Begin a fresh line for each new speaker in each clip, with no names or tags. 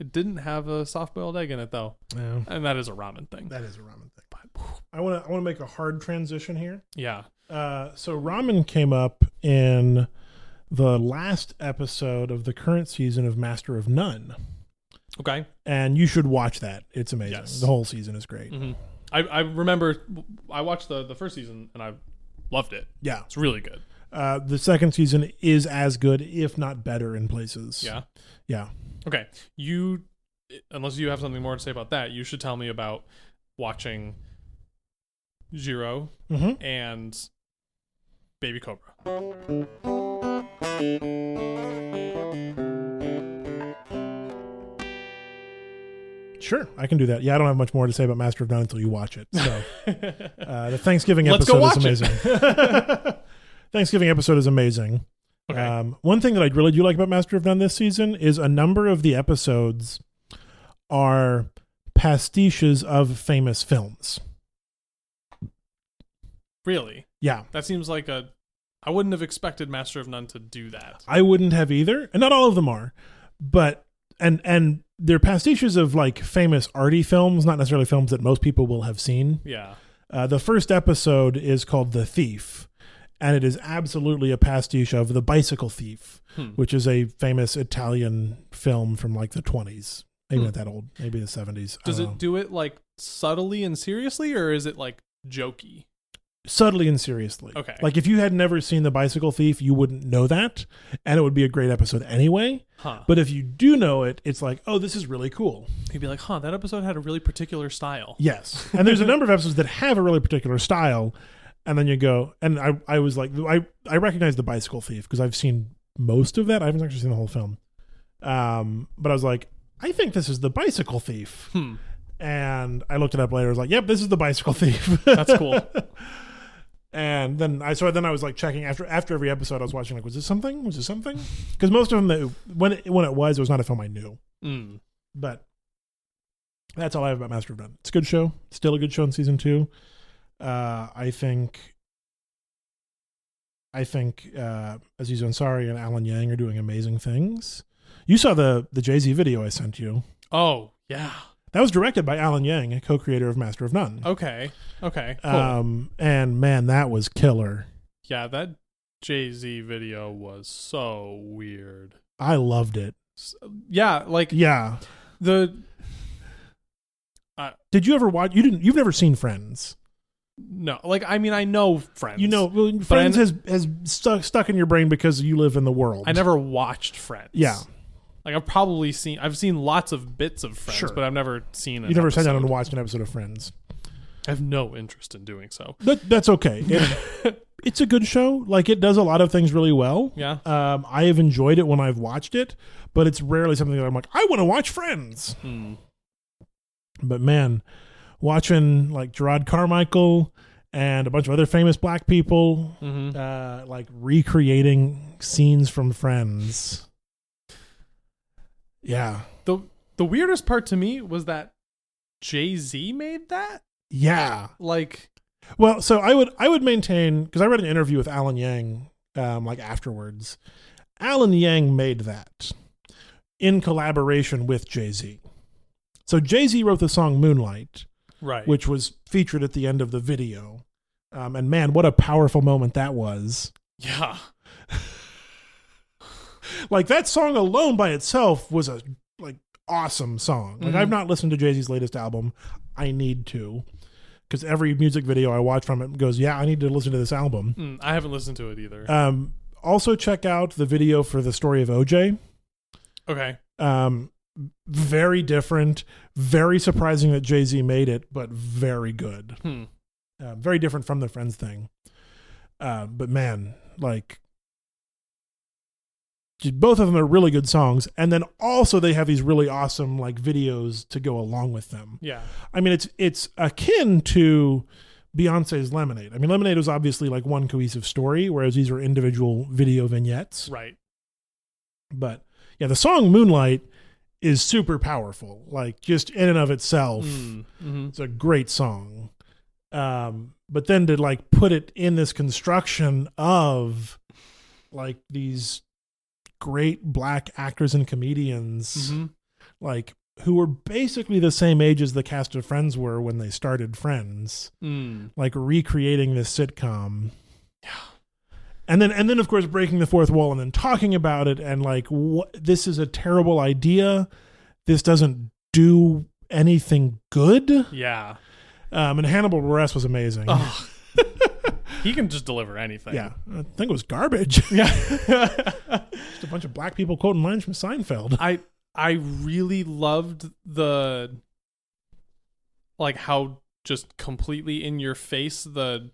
It didn't have a soft boiled egg in it though,
Yeah.
and that is a ramen thing.
That is a ramen thing. I want to I want to make a hard transition here.
Yeah,
Uh, so ramen came up in the last episode of the current season of Master of None,
okay.
and you should watch that. It's amazing.
Yes.
The whole season is great.
hmm I I remember I watched the the first season and I loved it.
Yeah.
It's really good.
Uh, the second season is as good, if not better, in places.
Yeah.
Yeah.
Okay. You, unless you have something more to say about that, you should tell me about watching Zero
hmm
and Baby Cobra.
Sure, I can do that. Yeah, I don't have much more to say about Master of None until you watch it. So uh, the Thanksgiving
Let's
episode
go watch
is amazing. Thanksgiving episode is amazing.
Okay.
Um, one thing that I really do like about Master of None this season is a number of the episodes are pastiches of famous films.
really?
Yeah,
That seems like a. I wouldn't have expected Master of None to do that.
I wouldn't have either, and not all of them are, but and and they're pastiches of like famous arty films, not necessarily films that most people will have seen.
Yeah.
Uh, the first episode is called The Thief, and it is absolutely a pastiche of The Bicycle Thief,
Hmm.
which is a famous Italian film from like the 20s. Maybe
Hmm.
not that old, maybe the 70s. I
Does
don't
it
know.
do it like subtly and seriously, or is it like jokey?
subtly and seriously?
Okay.
Like if you had never seen The Bicycle Thief, you wouldn't know that, and it would be a great episode anyway.
Huh.
But if you do know it, it's like, oh, this is really cool.
He'd be like, huh, that episode had a really particular style.
Yes. And there's a number of episodes that have a really particular style. And then you go, and I, I was like, I, I recognize The Bicycle Thief because I've seen most of that. I haven't actually seen the whole film. Um, but I was like, I think this is The Bicycle Thief.
Hmm.
And I looked it up later. I was like, yep, this is The Bicycle Thief.
That's cool.
and then I so then I was like checking after after every episode I was watching like was this something was this something because most of them that when it, when it was it was not a film I knew
Mm.
but that's all I have about Master of None. It's a good show. Still a good show in season two. Uh, I think. I think uh, Aziz Ansari and Alan Yang are doing amazing things. You saw the the Jay Z video I sent you.
Oh, yeah.
That was directed by Alan Yang, a co-creator of Master of None.
Okay. Okay. Oh, Cool.
Um, and man, that was killer.
yeah, that Jay Z video was so weird.
I loved it.
S- Yeah, like
Yeah.
the
Did you ever watch? You didn't. You've never seen Friends.
no, like I mean, I know Friends.
You know, well, Friends
I-
has has stuck stuck in your brain because you live in the world.
I never watched Friends.
Yeah.
like I've probably seen. I've seen lots of bits of Friends,
Sure.
but I've never seen. An
You never
episode.
sat down and watched an episode of Friends.
I have no interest in doing so.
That, that's okay. It- it's a good show. Like it does a lot of things really well.
Yeah.
Um, I have enjoyed it when I've watched it, but it's rarely something that I'm like, I want to watch Friends.
Hmm.
But man, watching like Gerard Carmichael and a bunch of other famous black people,
Mhm.
uh, like recreating scenes from Friends. Yeah.
The the weirdest part to me was that Jay Z made that.
Yeah.
Like,
Well, so I would I would maintain because I read an interview with Alan Yang um, like afterwards. Alan Yang made that in collaboration with Jay Z. So Jay Z wrote the song Moonlight,
right?
which was featured at the end of the video. Um, and man, what a powerful moment that was!
yeah,
Like that song alone by itself was a like awesome song. Like
Mhm.
I've not listened to Jay Z's latest album. I need to because every music video I watch from it goes, yeah, I need to listen to this album.
Mm, I haven't listened to it either.
Um, also check out the video for the story of OJ.
okay,
Um, very different, very surprising that Jay Z made it, but very good.
Hmm.
Uh, very different from the Friends thing. Uh, but man, like j- both of them are really good songs, and then also they have these really awesome like videos to go along with them.
yeah,
I mean, it's it's akin to Beyonce's Lemonade. I mean, Lemonade was obviously like one cohesive story, whereas these are individual video vignettes.
right.
But yeah, the song Moonlight is super powerful, like just in and of itself.
Mm, mhm.
It's a great song. Um, but then to like put it in this construction of like these great black actors and comedians
Mhm.
like who were basically the same age as the cast of Friends were when they started Friends,
Mm.
like recreating this sitcom. And then, and then, of course, breaking the fourth wall and then talking about it and like, what this is a terrible idea. This doesn't do anything good.
Yeah.
Um, and Hannibal Buress was amazing.
Oh. he can just deliver anything.
Yeah, I think it was garbage.
Yeah.
Just a bunch of black people quoting lines from Seinfeld.
I I really loved the like how just completely in your face the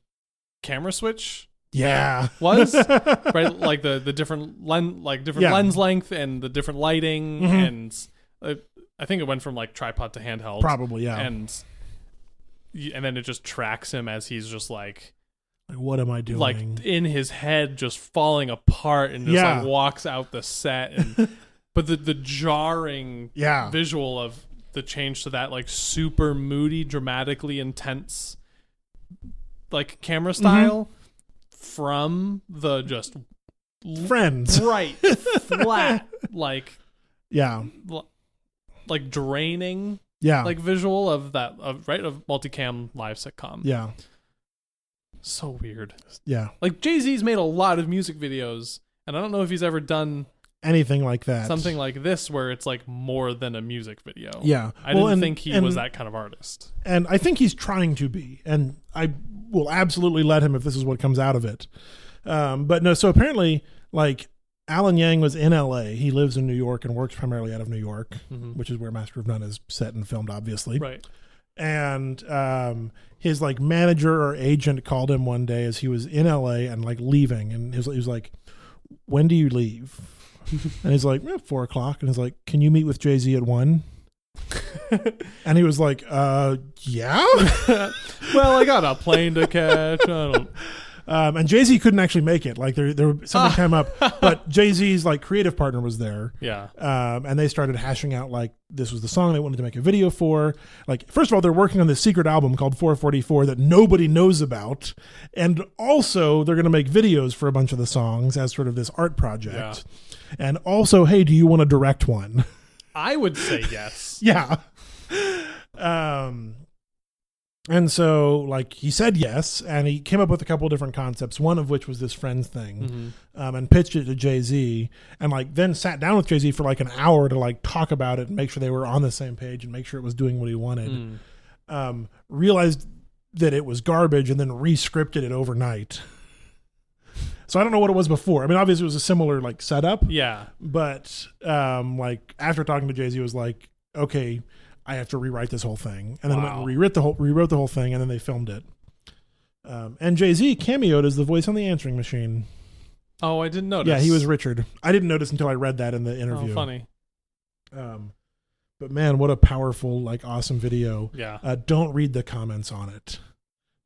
camera switch
Yeah,
was right like the the different len like different
Yeah.
lens length and the different lighting
Mhm.
and uh, I think it went from like tripod to handheld
probably. Yeah.
and y- and then it just tracks him as he's just like
like, what am I doing?
like in his head just falling apart and just
Yeah.
like walks out the set and but the the jarring
yeah,
visual of the change to that like super moody dramatically intense like camera
Mm-hmm.
style from the just
friends.
bright flat like
Yeah,
l- like draining
yeah,
like visual of that of right of multicam live sitcom
yeah,
so weird
yeah.
Like Jay Z's made a lot of music videos, and I don't know if he's ever done
Anything like that.
something like this where it's like more than a music video.
Yeah.
I
Well,
didn't
and-
think he
and-
was that kind of artist.
and I think he's trying to be, and I will absolutely let him if this is what comes out of it. Um, but no, so apparently, like Alan Yang was in L.A. He lives in New York and works primarily out of New York,
Mhm.
which is where Master of None is set and filmed, obviously.
Right.
and um, his like manager or agent called him one day as he was in LA and like leaving, and he was, he was like, "When do you leave?" and he's like, "Eh, four o'clock," and he's like, "Can you meet with Jay Z at one?" and he was like, "Uh, yeah."
well, I got a plane to catch. I don't.
um, and Jay Z couldn't actually make it; like there, there was something
Ah.
came up, but Jay Z's like creative partner was there.
Yeah.
um, and they started hashing out like this was the song they wanted to make a video for. Like, first of all, they're working on this secret album called 444 that nobody knows about, and also they're going to make videos for a bunch of the songs as sort of this art project. And also, hey, do you want to direct one?
I would say yes.
yeah. Um. And so, like, he said yes, and he came up with a couple different concepts. One of which was this friends thing
Mhm.
um, and pitched it to Jay Z, and like then sat down with Jay Z for like an hour to like talk about it and make sure they were on the same page and make sure it was doing what he wanted.
Mm.
Um, realized that it was garbage and then re-scripted it overnight. So I don't know what it was before. I mean, obviously it was a similar like setup,
Yeah.
but um, like after talking to Jay Z, was like, okay, I have to rewrite this whole thing, and then went
Wow.
and rewrote the whole rewrote the whole thing, and then they filmed it. Um, and Jay Z cameoed as the voice on the answering machine.
Oh, I didn't notice.
Yeah, he was Richard. I didn't notice until I read that in the
Oh,
interview.
funny.
Um, but man, what a powerful, like, awesome video.
Yeah.
Uh, don't read the comments on it.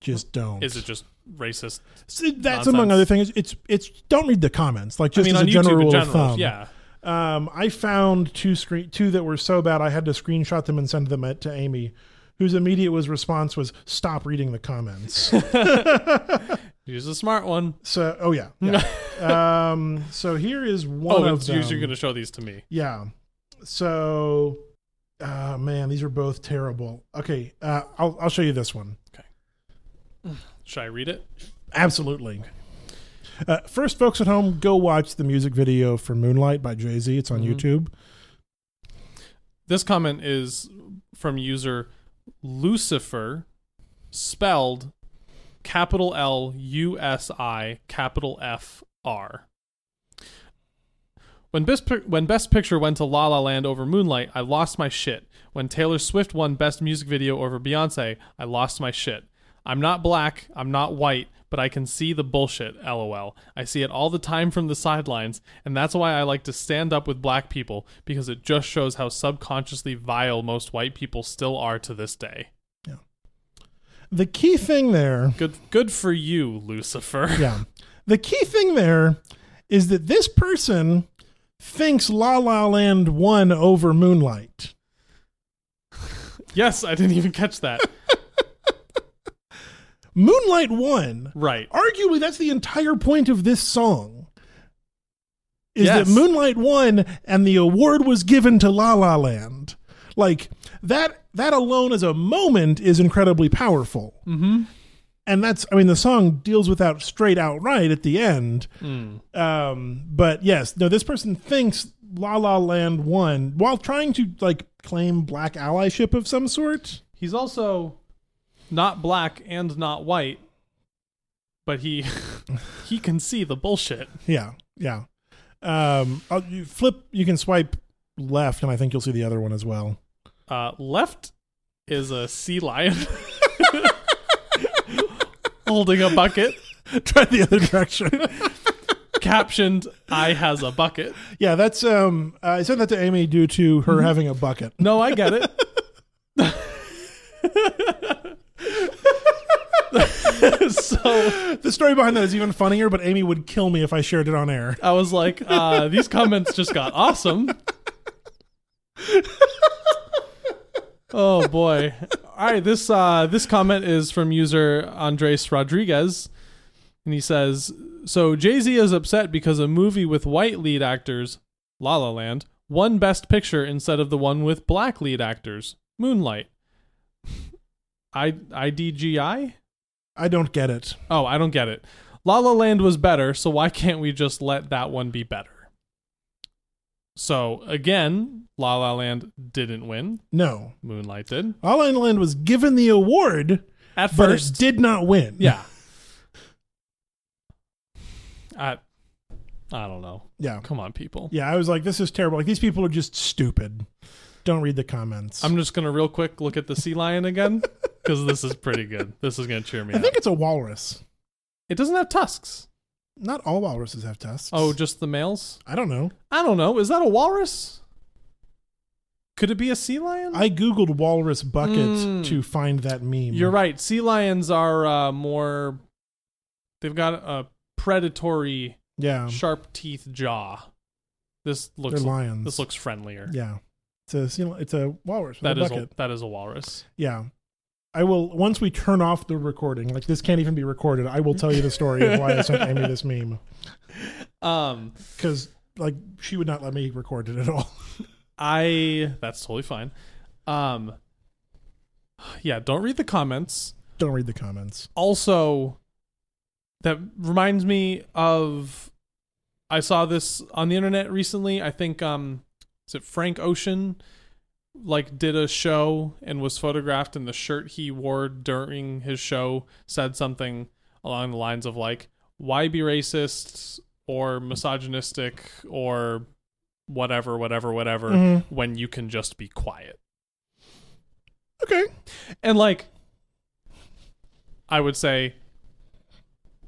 Just don't.
Is it just racist?
See, that's
nonsense?
among other things. It's it's don't read the comments. Like just
I mean,
as
on
a general
YouTube in
rule
general.
of thumb.
Yeah.
Um, I found two screen two that were so bad I had to screenshot them and send them at, to Amy, whose immediate was response was stop reading the comments.
He's a smart one.
so oh yeah. yeah. um, so here is one
Oh,
of
it's
them.
usually going to show these to me.
Yeah. So, uh, man, these are both terrible. Okay, uh, I'll I'll show you this one.
Should I read it?
Absolutely. Uh, first, folks at home, go watch the music video for "Moonlight" by Jay Z. It's on
Mhm.
YouTube.
This comment is from user Lucifer, spelled capital L U S I capital F R. When best Pic- when Best Picture went to La La Land over Moonlight, I lost my shit. When Taylor Swift won Best Music Video over Beyonce, I lost my shit. I'm not black, I'm not white, but I can see the bullshit. LOL. I see it all the time from the sidelines, and that's why I like to stand up with black people because it just shows how subconsciously vile most white people still are to this day.
The key thing there,
Good, good for you, Lucifer.
yeah, the key thing there is that this person thinks La La Land won over Moonlight.
yes, I didn't even catch that.
Moonlight won.
right.
Arguably, that's the entire point of this song. is
Yes.
that Moonlight won and the award was given to La La Land. Like that that alone as a moment is incredibly powerful. Mm-hmm. And that's I mean the song deals with that straight outright at the end. Um, but yes, no, this person thinks La La Land won while trying to like claim black allyship of some sort.
He's also not black and not white, but he he can see the bullshit.
Yeah, yeah. Um, I'll, you flip. You can swipe left, and I think you'll see the other one as well.
Uh, left is a sea lion holding a bucket,
Try the other direction.
captioned "I has a bucket."
yeah, that's. Um, I sent that to Amy due to her having a bucket.
Mm-hmm. No, I get it. so
The story behind that is even funnier, but Amy would kill me if I shared it on air.
I was like, uh, these comments just got awesome. Oh boy. All right, this uh this comment is from user Andres Rodriguez and he says, "So Jay-Z is upset because a movie with white lead actors, La La Land, won best picture instead of the one with black lead actors, Moonlight." I IDGI?
I don't get it.
Oh, I don't get it. La La Land was better, so why can't we just let that one be better? So again, La La Land didn't win.
No,
Moonlight did
La La Land was given the award,
at
but
first.
it did not win.
yeah. I, I don't know.
yeah,
Come on, people.
yeah. I was like, this is terrible. Like these people are just stupid. Don't read the comments.
I'm just gonna real quick look at the sea lion again because this is pretty good. This is gonna cheer me
I
up.
think it's a walrus.
it doesn't have tusks.
Not all walruses have tusks.
Oh, just the males.
I don't know.
I don't know. Is that a walrus? Could it be a sea lion?
I googled walrus bucket
Mm.
to find that meme.
You're right. Sea lions are uh, more. They've got a predatory,
Yeah,
sharp teeth jaw. This
Um, they're
looks.
lions.
This looks friendlier.
Yeah, it's a seal- it's a walrus with
That
a
is
bucket.
a, that is a walrus.
yeah, I will once we turn off the recording. Like this can't even be recorded. I will tell you the story of why I sent Amy this meme
Um,
because like she would not let me record it at all.
I that's totally fine. Um, yeah, don't read the comments.
Don't read the comments.
Also, that reminds me of I saw this on the internet recently. I think um, is it Frank Ocean? like did a show and was photographed and the shirt he wore during his show said something along the lines of like why be racist or misogynistic or whatever whatever whatever
Mhm.
when you can just be quiet
Okay.
and like i would say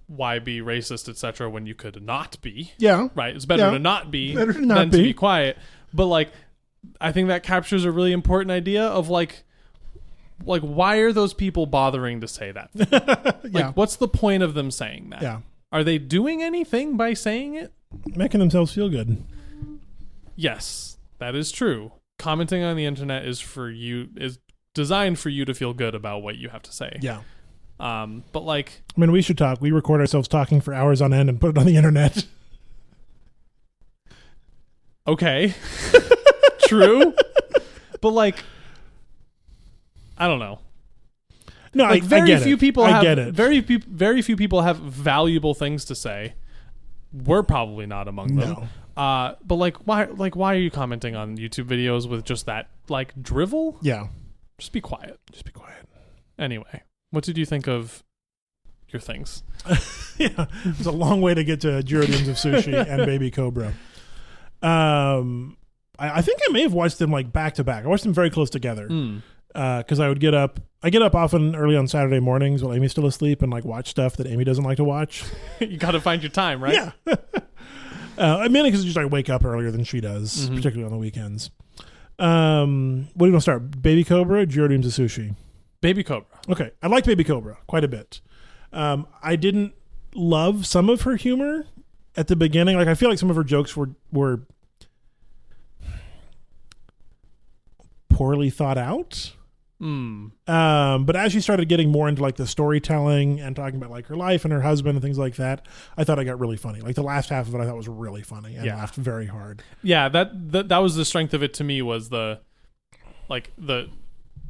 why be racist etc when you could not be
Yeah.
right? It's better
Yeah.
to not be
Better to not
than to
be.
be quiet. But like, I think that captures a really important idea of like, like why are those people bothering to say that? Like,
yeah.
what's the point of them saying that?
Yeah.
Are they doing anything by saying it?
Making themselves feel good.
Yes, that is true. Commenting on the internet is for you is designed for you to feel good about what you have to say.
Yeah.
Um, but like,
I mean, we should talk. We record ourselves talking for hours on end and put it on the internet.
okay, true. But like, I don't know.
No,
like
I,
very
I get
few
it.
people
I
have
get it.
very few very few people have valuable things to say. We're probably not among them. Uh, but like why like why are you commenting on YouTube videos with just that like drivel?
yeah.
Just be quiet.
Just be quiet.
Anyway, what did you think of your things?
yeah, it's a long way to get to Juridians of Sushi and Baby Cobra. Um, I, I think I may have watched them like back to back. I watched them very close together because I would get up. I get up often early on Saturday mornings while Amy's still asleep and like watch stuff that Amy doesn't like to watch.
you got to find your time, right?
Yeah. uh, I mean, because just I wake up earlier than she does, particularly on the weekends. Um, what do you want to start? Baby Cobra, Juridians of Sushi.
Baby Cobra.
Okay, I liked Baby Cobra quite a bit. Um, I didn't love some of her humor at the beginning. Like I feel like some of her jokes were were poorly thought out.
Mm.
Um, but as she started getting more into like the storytelling and talking about like her life and her husband and things like that, I thought it got really funny. Like the last half of it, I thought was really funny and
Yeah.
laughed very hard.
Yeah, that, that that was the strength of it to me was the like the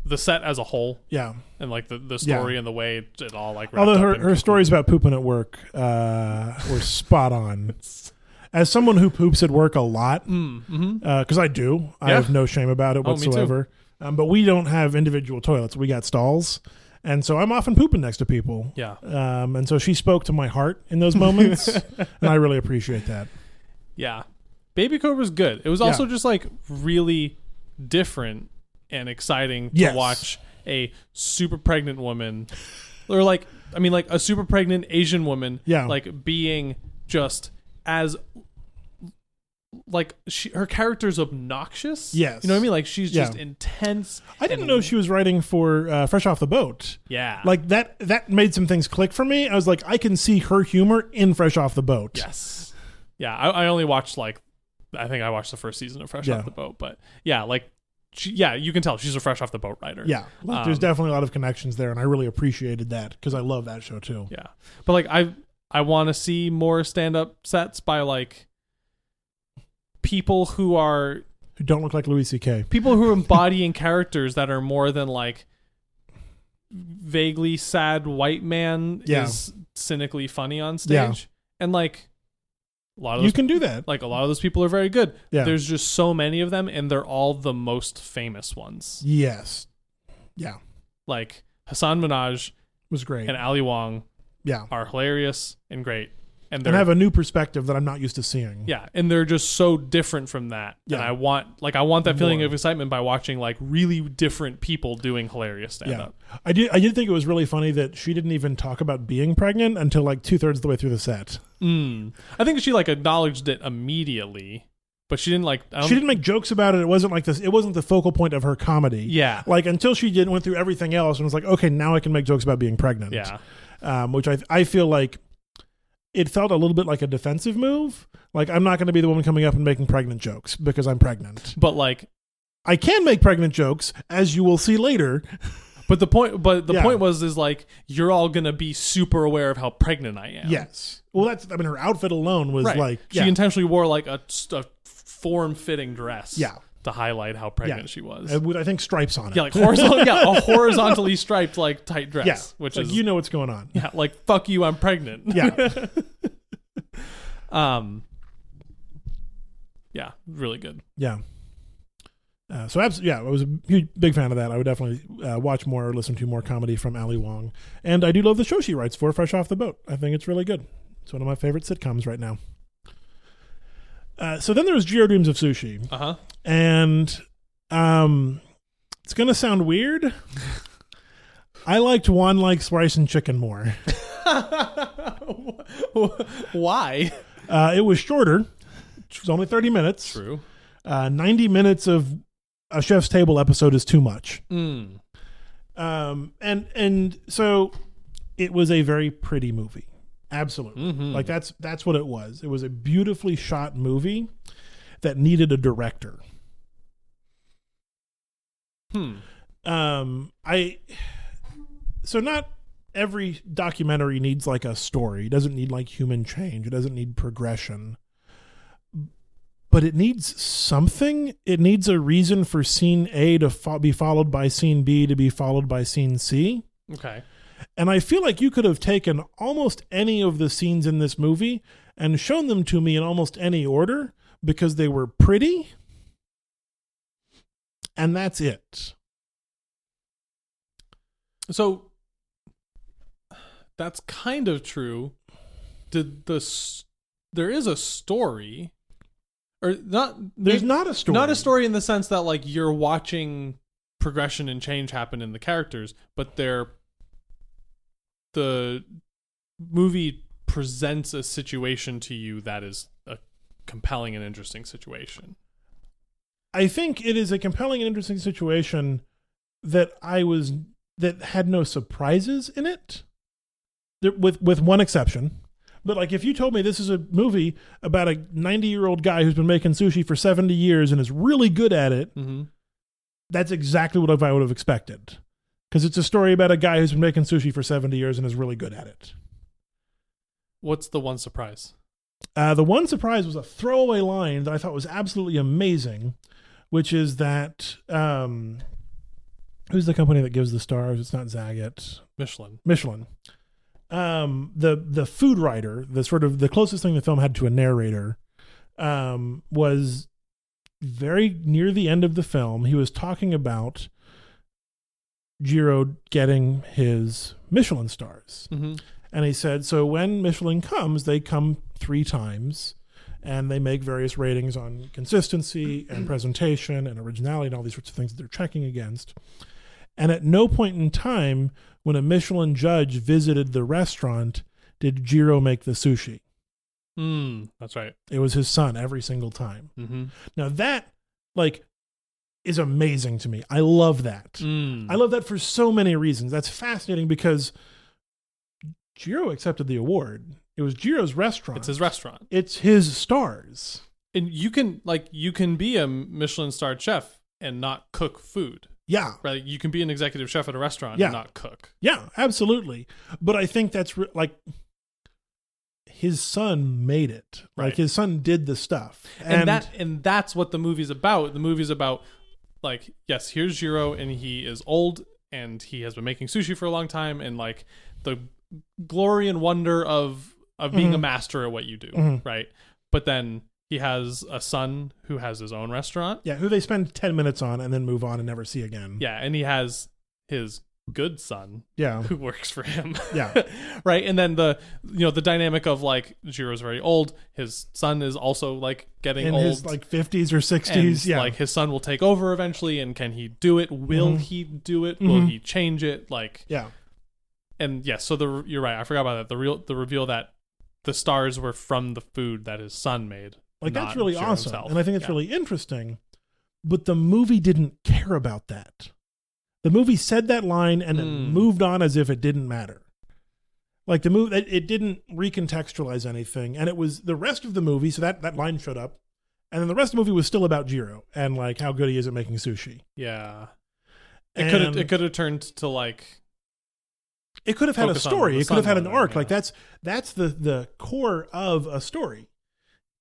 the set as a whole
Yeah.
and like the, the
Yeah.
story and the way it, it all like. wrapped
Although
up
her,
and
her
concluded.
stories about pooping at work uh, were spot on. As someone who poops at work a lot,
Mm, mhm.
because Uh, I do, I
Yeah.
have no shame about it
Oh, me too.
whatsoever. Um, but we don't have individual toilets; we got stalls, and so I'm often pooping next to people.
Yeah,
Um, and so she spoke to my heart in those moments, and I really appreciate that.
yeah. Baby Cobra's good. It was
Yeah.
also just like really different and exciting
Yes.
to watch a super pregnant woman, or like I mean, like a super pregnant Asian woman,
Yeah.
like being just as like she, her character's obnoxious.
Yes.
you know what I mean. Like she's
Yeah.
just intense.
I didn't
and-
know she was writing for uh, Fresh Off the Boat.
Yeah,
Like that, that made some things click for me. I was like, I can see her humor in Fresh Off the Boat.
Yes. Yeah, I, I only watched like I think I watched the first season of Fresh
Yeah.
Off the Boat, but yeah, like she, yeah, you can tell she's a Fresh Off the Boat writer.
Yeah, like, there's
Um,
definitely a lot of connections there, and I really appreciated that because I love that show too.
Yeah. But like I I want to see more stand-up sets by like people who are
Who don't look like Louis C.K.
people who are embodying characters that are more than like vaguely sad white man
Yeah.
is cynically funny on stage.
Yeah.
And like a lot of
You
those
can do that.
like a lot of those people are very good.
Yeah.
There's just so many of them and they're all the most famous ones.
Yes, yeah, it
Like Hassan Minaj
was great.
and Ali Wong
yeah,
are hilarious and great. And they're
and have a new perspective that I'm not used to seeing.
yeah, and they're just so different from that. And
Yeah.
I want like I want that feeling
More.
of excitement by watching like really different people doing hilarious stand
yeah.
up.
I did. I did think it was really funny that she didn't even talk about being pregnant until like two thirds of the way through the set.
Mm. I think she like acknowledged it immediately, but she didn't like I don't,
She didn't make jokes about it. It wasn't like this. It wasn't the focal point of her comedy.
Yeah.
Like until she did went through everything else and was like, okay, now I can make jokes about being pregnant.
Yeah.
um, which I I feel like it felt a little bit like a defensive move. Like I'm not going to be the woman coming up and making pregnant jokes because I'm pregnant.
But like
I can make pregnant jokes, as you will see later.
but the point but the
Yeah.
point was is like you're all going to be super aware of how pregnant I am.
Yes. Well, that's I mean, her outfit alone was
Right.
like
she
yeah,
intentionally wore like a, form fitting dress.
Yeah.
To highlight how pregnant
Yeah.
she was.
uh, with, I think stripes on it.
yeah, like horizontal, yeah, a horizontally striped like tight dress,
yeah,
which
like
is
you know what's going on.
yeah, like fuck you, I'm pregnant.
Yeah,
Um. Yeah, really good.
yeah. Uh, so abs- yeah, I was a huge, big fan of that. I would definitely uh, watch more or listen to more comedy from Ali Wong, and I do love the show she writes for, Fresh Off the Boat. I think it's really good. It's one of my favorite sitcoms right now. Uh, so then there was Geo Dreams of Sushi,
Uh huh.
and um, it's gonna sound weird. I liked one likes rice and chicken more.
Why?
Uh, it was shorter. It was only thirty minutes.
True.
Uh, Ninety minutes of a chef's table episode is too much.
Mm.
Um, and and so it was a very pretty movie. Absolutely, like that's that's what it was. It was a beautifully shot movie that needed a director.
Hmm.
um i so not every documentary needs like a story it doesn't need like human change it doesn't need progression but it needs something it needs a reason for scene a to fo- be followed by scene b to be followed by scene c
Okay.
and i feel like you could have taken almost any of the scenes in this movie and shown them to me in almost any order because they were pretty and that's it
So that's kind of true. Did the s- there is a story, or not?
there's not a story
Not a story in the sense that like you're watching progression and change happen in the characters, but they're the movie presents a situation to you that is a compelling and interesting situation.
I think it is a compelling and interesting situation that I was that had no surprises in it, there, with with one exception. But like, if you told me this is a movie about a ninety year old guy who's been making sushi for seventy years and is really good at it,
Mm-hmm.
that's exactly what I would have expected. Because it's a story about a guy who's been making sushi for 70 years and is really good at it.
What's the one surprise?
Uh, the one surprise was a throwaway line that I thought was absolutely amazing, which is that um, who's the company that gives the stars? It's not Zagat,
Michelin.
Michelin. Um, the the food writer, the sort of the closest thing the film had to a narrator, um, was very near the end of the film. He was talking about Giro getting his Michelin stars.
Mm-hmm.
And he said, so when Michelin comes, they come three times and they make various ratings on consistency and presentation and originality and all these sorts of things that they're checking against. And at no point in time when a Michelin judge visited the restaurant did Jiro make the sushi.
Mm, that's right.
It was his son every single time.
Mm-hmm.
Now that like is amazing to me. I love that.
Mm.
I love that for so many reasons. That's fascinating because Jiro accepted the award. It was Jiro's restaurant.
it's his restaurant,
It's his stars.
and you can like you can be a Michelin starred chef and not cook food.
Yeah,
Right? You can be an executive chef at a restaurant
Yeah.
and not cook.
yeah, absolutely. But I think that's re- like his son made it. Like
Right.
his son did the stuff,
and, that and that's what the movie's about. The movie's about like yes, here's Jiro and he is old and he has been making sushi for a long time and like the glory and wonder of of
Mm-hmm.
being a master at what you do,
Mhm.
right? But then he has a son who has his own restaurant.
yeah, who they spend ten minutes on and then move on and never see again.
Yeah, and he has his good son
yeah,
who works for him.
yeah,
right and then the you know the dynamic of like Jiro's very old his son is also like getting
in
old
his like fifties or
and
sixties. Yeah, Mm-hmm.
like his son will take over eventually and can he do it will he do it will he change it like
yeah,
and yeah so the you're right i forgot about that the real the reveal that the stars were from the food that his son made
like that's
not
really
Jiro
awesome,
himself.
and I think it's
Yeah.
really interesting. But the movie didn't care about that. The movie said that line and then
Mm.
moved on as if it didn't matter. Like the movie, it, it didn't recontextualize anything, and it was the rest of the movie. So that that line showed up, and then the rest of the movie was still about Jiro and like how good he is at making sushi.
yeah it could have
And
it could have turned to like
it could have had a
focus on
story.
Oh, the
It could have had an
sun rather,
arc. Like
yeah.
that's that's the the core of a story.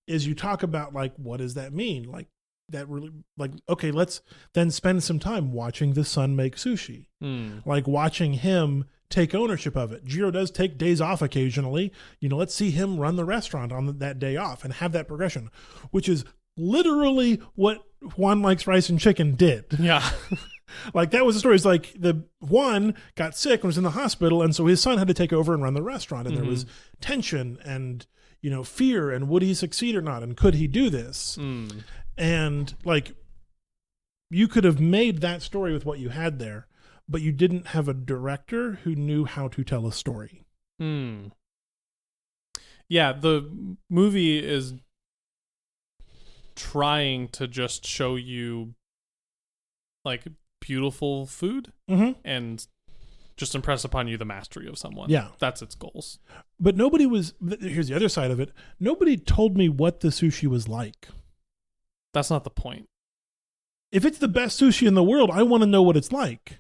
Is you talk about like what does that mean? Like that really like okay, let's then spend some time watching the son make sushi.
hmm,
Like watching him take ownership of it. Jiro does take days off occasionally. You know, let's see him run the restaurant on that day off and have that progression, which is literally what Juan likes rice and chicken did
yeah
like that was the story. It's like the one got sick and was in the hospital, and so his son had to take over and run the restaurant, and there was tension and you know fear and would he succeed or not, and could he do this?
Hmm.
And like you could have made that story with what you had there, but you didn't have a director who knew how to tell a story.
Hmm. Yeah, the movie is trying to just show you like beautiful food
Mm-hmm.
and just impress upon you the mastery of someone.
Yeah.
That's its goals.
But nobody was. th- Here's the other side of it. Nobody told me what the sushi was like.
That's not the point.
If it's the best sushi in the world, I want to know what it's like.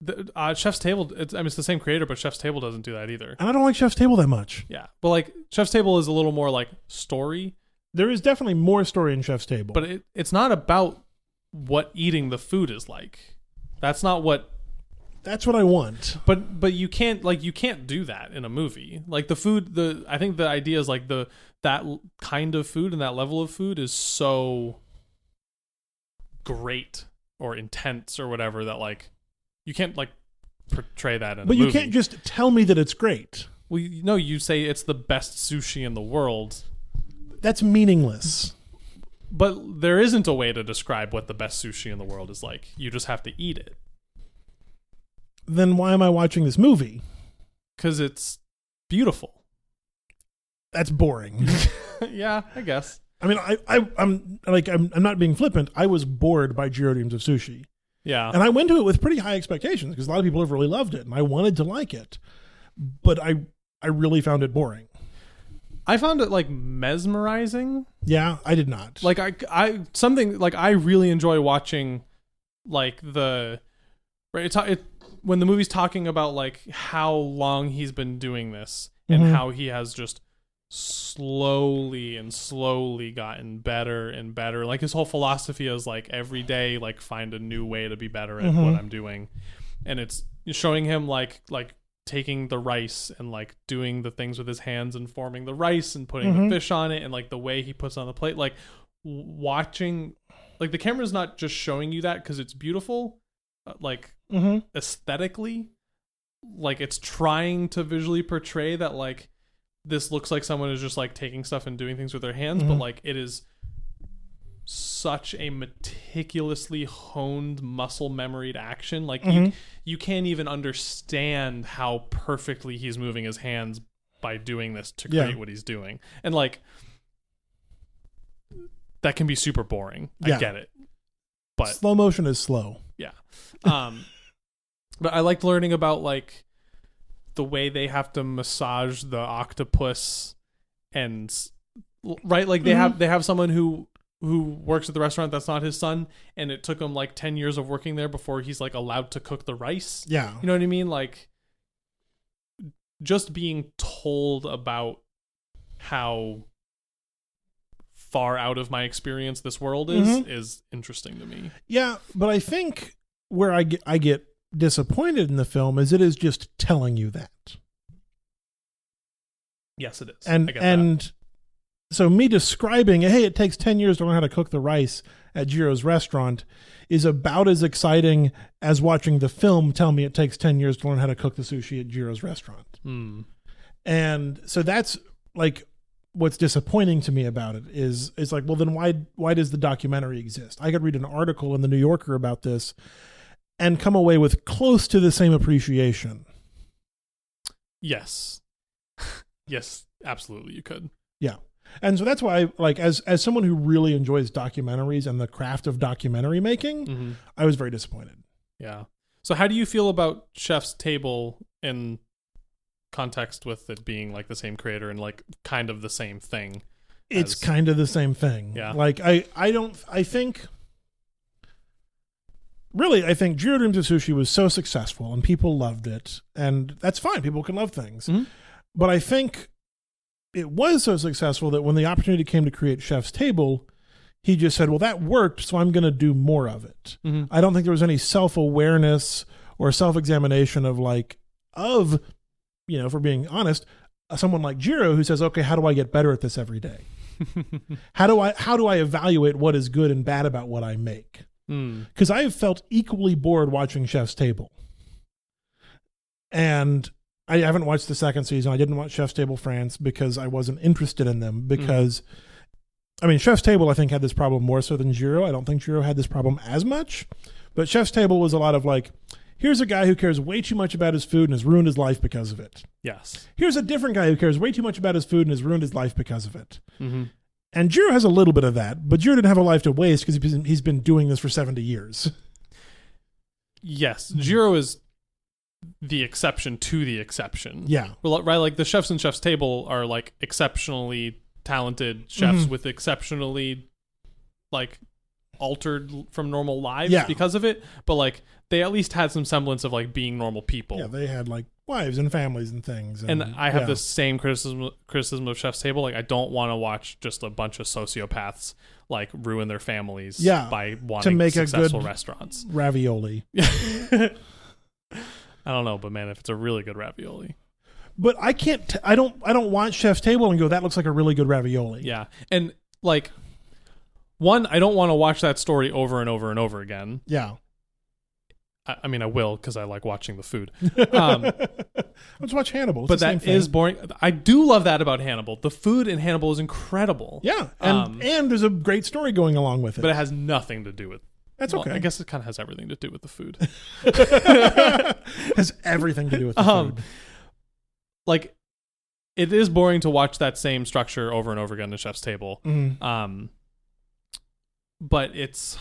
The, uh, Chef's Table, it's, I mean, it's the same creator, but Chef's Table doesn't do that either.
And I don't like Chef's Table that much.
Yeah. But like, Chef's Table is a little more like story,
There is definitely more story in Chef's Table.
but it, it's not about what eating the food is like. That's not what
that's what I want.
but but you can't like you can't do that in a movie like the food the i think the idea is like the that l- kind of food and that level of food is so great or intense or whatever that like you can't like portray that in
But
a
you
movie.
can't just tell me that it's great.
well you, no you say it's the best sushi in the world
That's meaningless.
but there isn't a way to describe what the best sushi in the world is like you just have to eat it
Then why am I watching this movie?
because it's beautiful
That's boring.
yeah i guess
I mean, I, I, I'm like, I'm, I'm not being flippant. I was bored by Jiro Dreams of Sushi.
yeah
And I went to it with pretty high expectations because a lot of people have really loved it and I wanted to like it. But I, I really found it boring.
I found it like mesmerizing.
Yeah, I did not.
Like I, I something like I really enjoy watching, like the, right? It's it when the movie's talking about like how long he's been doing this and
Mhm.
how he has just slowly and slowly gotten better and better. Like his whole philosophy is like every day, like find a new way to be better at what
Mhm.
I'm doing, and it's showing him like like taking the rice and like doing the things with his hands and forming the rice and putting
Mhm.
the fish on it and like the way he puts on the plate like w- watching like the camera's not just showing you that because it's beautiful uh, like
mm-hmm.
aesthetically like it's trying to visually portray that like this looks like someone is just like taking stuff and doing things with their hands but
Mhm.
like it is such a meticulously honed muscle memoried action like you,
Mhm.
you can't even understand how perfectly he's moving his hands by doing this to
Yeah.
create what he's doing and like that can be super boring i
Yeah.
get it but
slow motion is slow.
um but i liked learning about like the way they have to massage the octopus and right like they
Mm-hmm.
have they have someone who who works at the restaurant that's not his son and it took him like 10 years of working there before he's like allowed to cook the rice
Yeah,
you know what i mean like just being told about how far out of my experience this world is
Mhm.
is interesting to me
yeah. But I think where I get I get disappointed in the film is it is just telling you that.
yes it is
and
I get that.
and so me describing hey it takes 10 years to learn how to cook the rice at Jiro's restaurant is about as exciting as watching the film tell me it takes 10 years to learn how to cook the sushi at Jiro's restaurant
Mm.
and so that's like what's disappointing to me about it is is like well then why why does the documentary exist i could read an article in the new yorker about this and come away with close to the same appreciation
Yes. yes, absolutely you could.
Yeah. And so that's why like as as someone who really enjoys documentaries and the craft of documentary making,
Mm-hmm.
I was very disappointed.
Yeah. So how do you feel about Chef's Table in context with it being like the same creator and like kind of the same thing?
It's
As-
kind of the same thing.
Yeah.
Like I I don't I think really I think Jiro Dreams of Sushi was so successful and people loved it and that's fine. People can love things.
Mhm.
But I think it was so successful that when the opportunity came to create Chef's Table, he just said, "Well, that worked, so I'm going to do more of it."
Mm-hmm.
I don't think there was any self awareness or self examination of like of you know, if we're being honest, someone like Jiro who says, "Okay, how do I get better at this every day?
Mm-hmm.
How do I how do I evaluate what is good and bad about what I make?"
Mm.
Because I have felt equally bored watching Chef's Table, and I haven't watched the second season. I didn't watch Chef's Table France because I wasn't interested in them because. I mean, Chef's Table, I think, had this problem more so than Jiro. I don't think Jiro had this problem as much. But Chef's Table was a lot of like, here's a guy who cares way too much about his food and has ruined his life because of it.
Yes.
Here's a different guy who cares way too much about his food and has ruined his life because of it.
Mm-hmm.
And Jiro has a little bit of that, but Jiro didn't have a life to waste because he's been, he's been doing this for 70 years.
Yes.
Mm-hmm.
Jiro is the exception to the exception.
Yeah.
Well, right, like the chefs and chefs table are like exceptionally talented chefs
Mhm.
with exceptionally like altered l- from normal lives
Yeah.
because of it, but like they at least had some semblance of like being normal people.
Yeah, they had like wives and families and things.
and I have
yeah.
the same criticism criticism of Chef's Table. Like I don't want to watch just a bunch of sociopaths like ruin their families
Yeah,
by wanting
make a good-
successful restaurants.
ravioli.
I don't know, but man, if it's a really good ravioli.
But I can't, t- I don't, I don't want Chef's Table and go, that looks like a really good ravioli.
Yeah. And like one, I don't want to watch that story over and over and over again.
Yeah.
I, I mean, I will because I like watching the food. Um,
Let's watch Hannibal. It's
but
the same
that
thing.
is boring. I do love that about Hannibal. The food in Hannibal is incredible.
yeah, and
Um,
and there's a great story going along with it.
But it has nothing to do with.
That's
well,
okay.
I guess it kind of has everything to do with the food.
it has everything to do with the
Um,
food.
like, it is boring to watch that same structure over and over again in Chef's Table.
Mm.
Um, but it's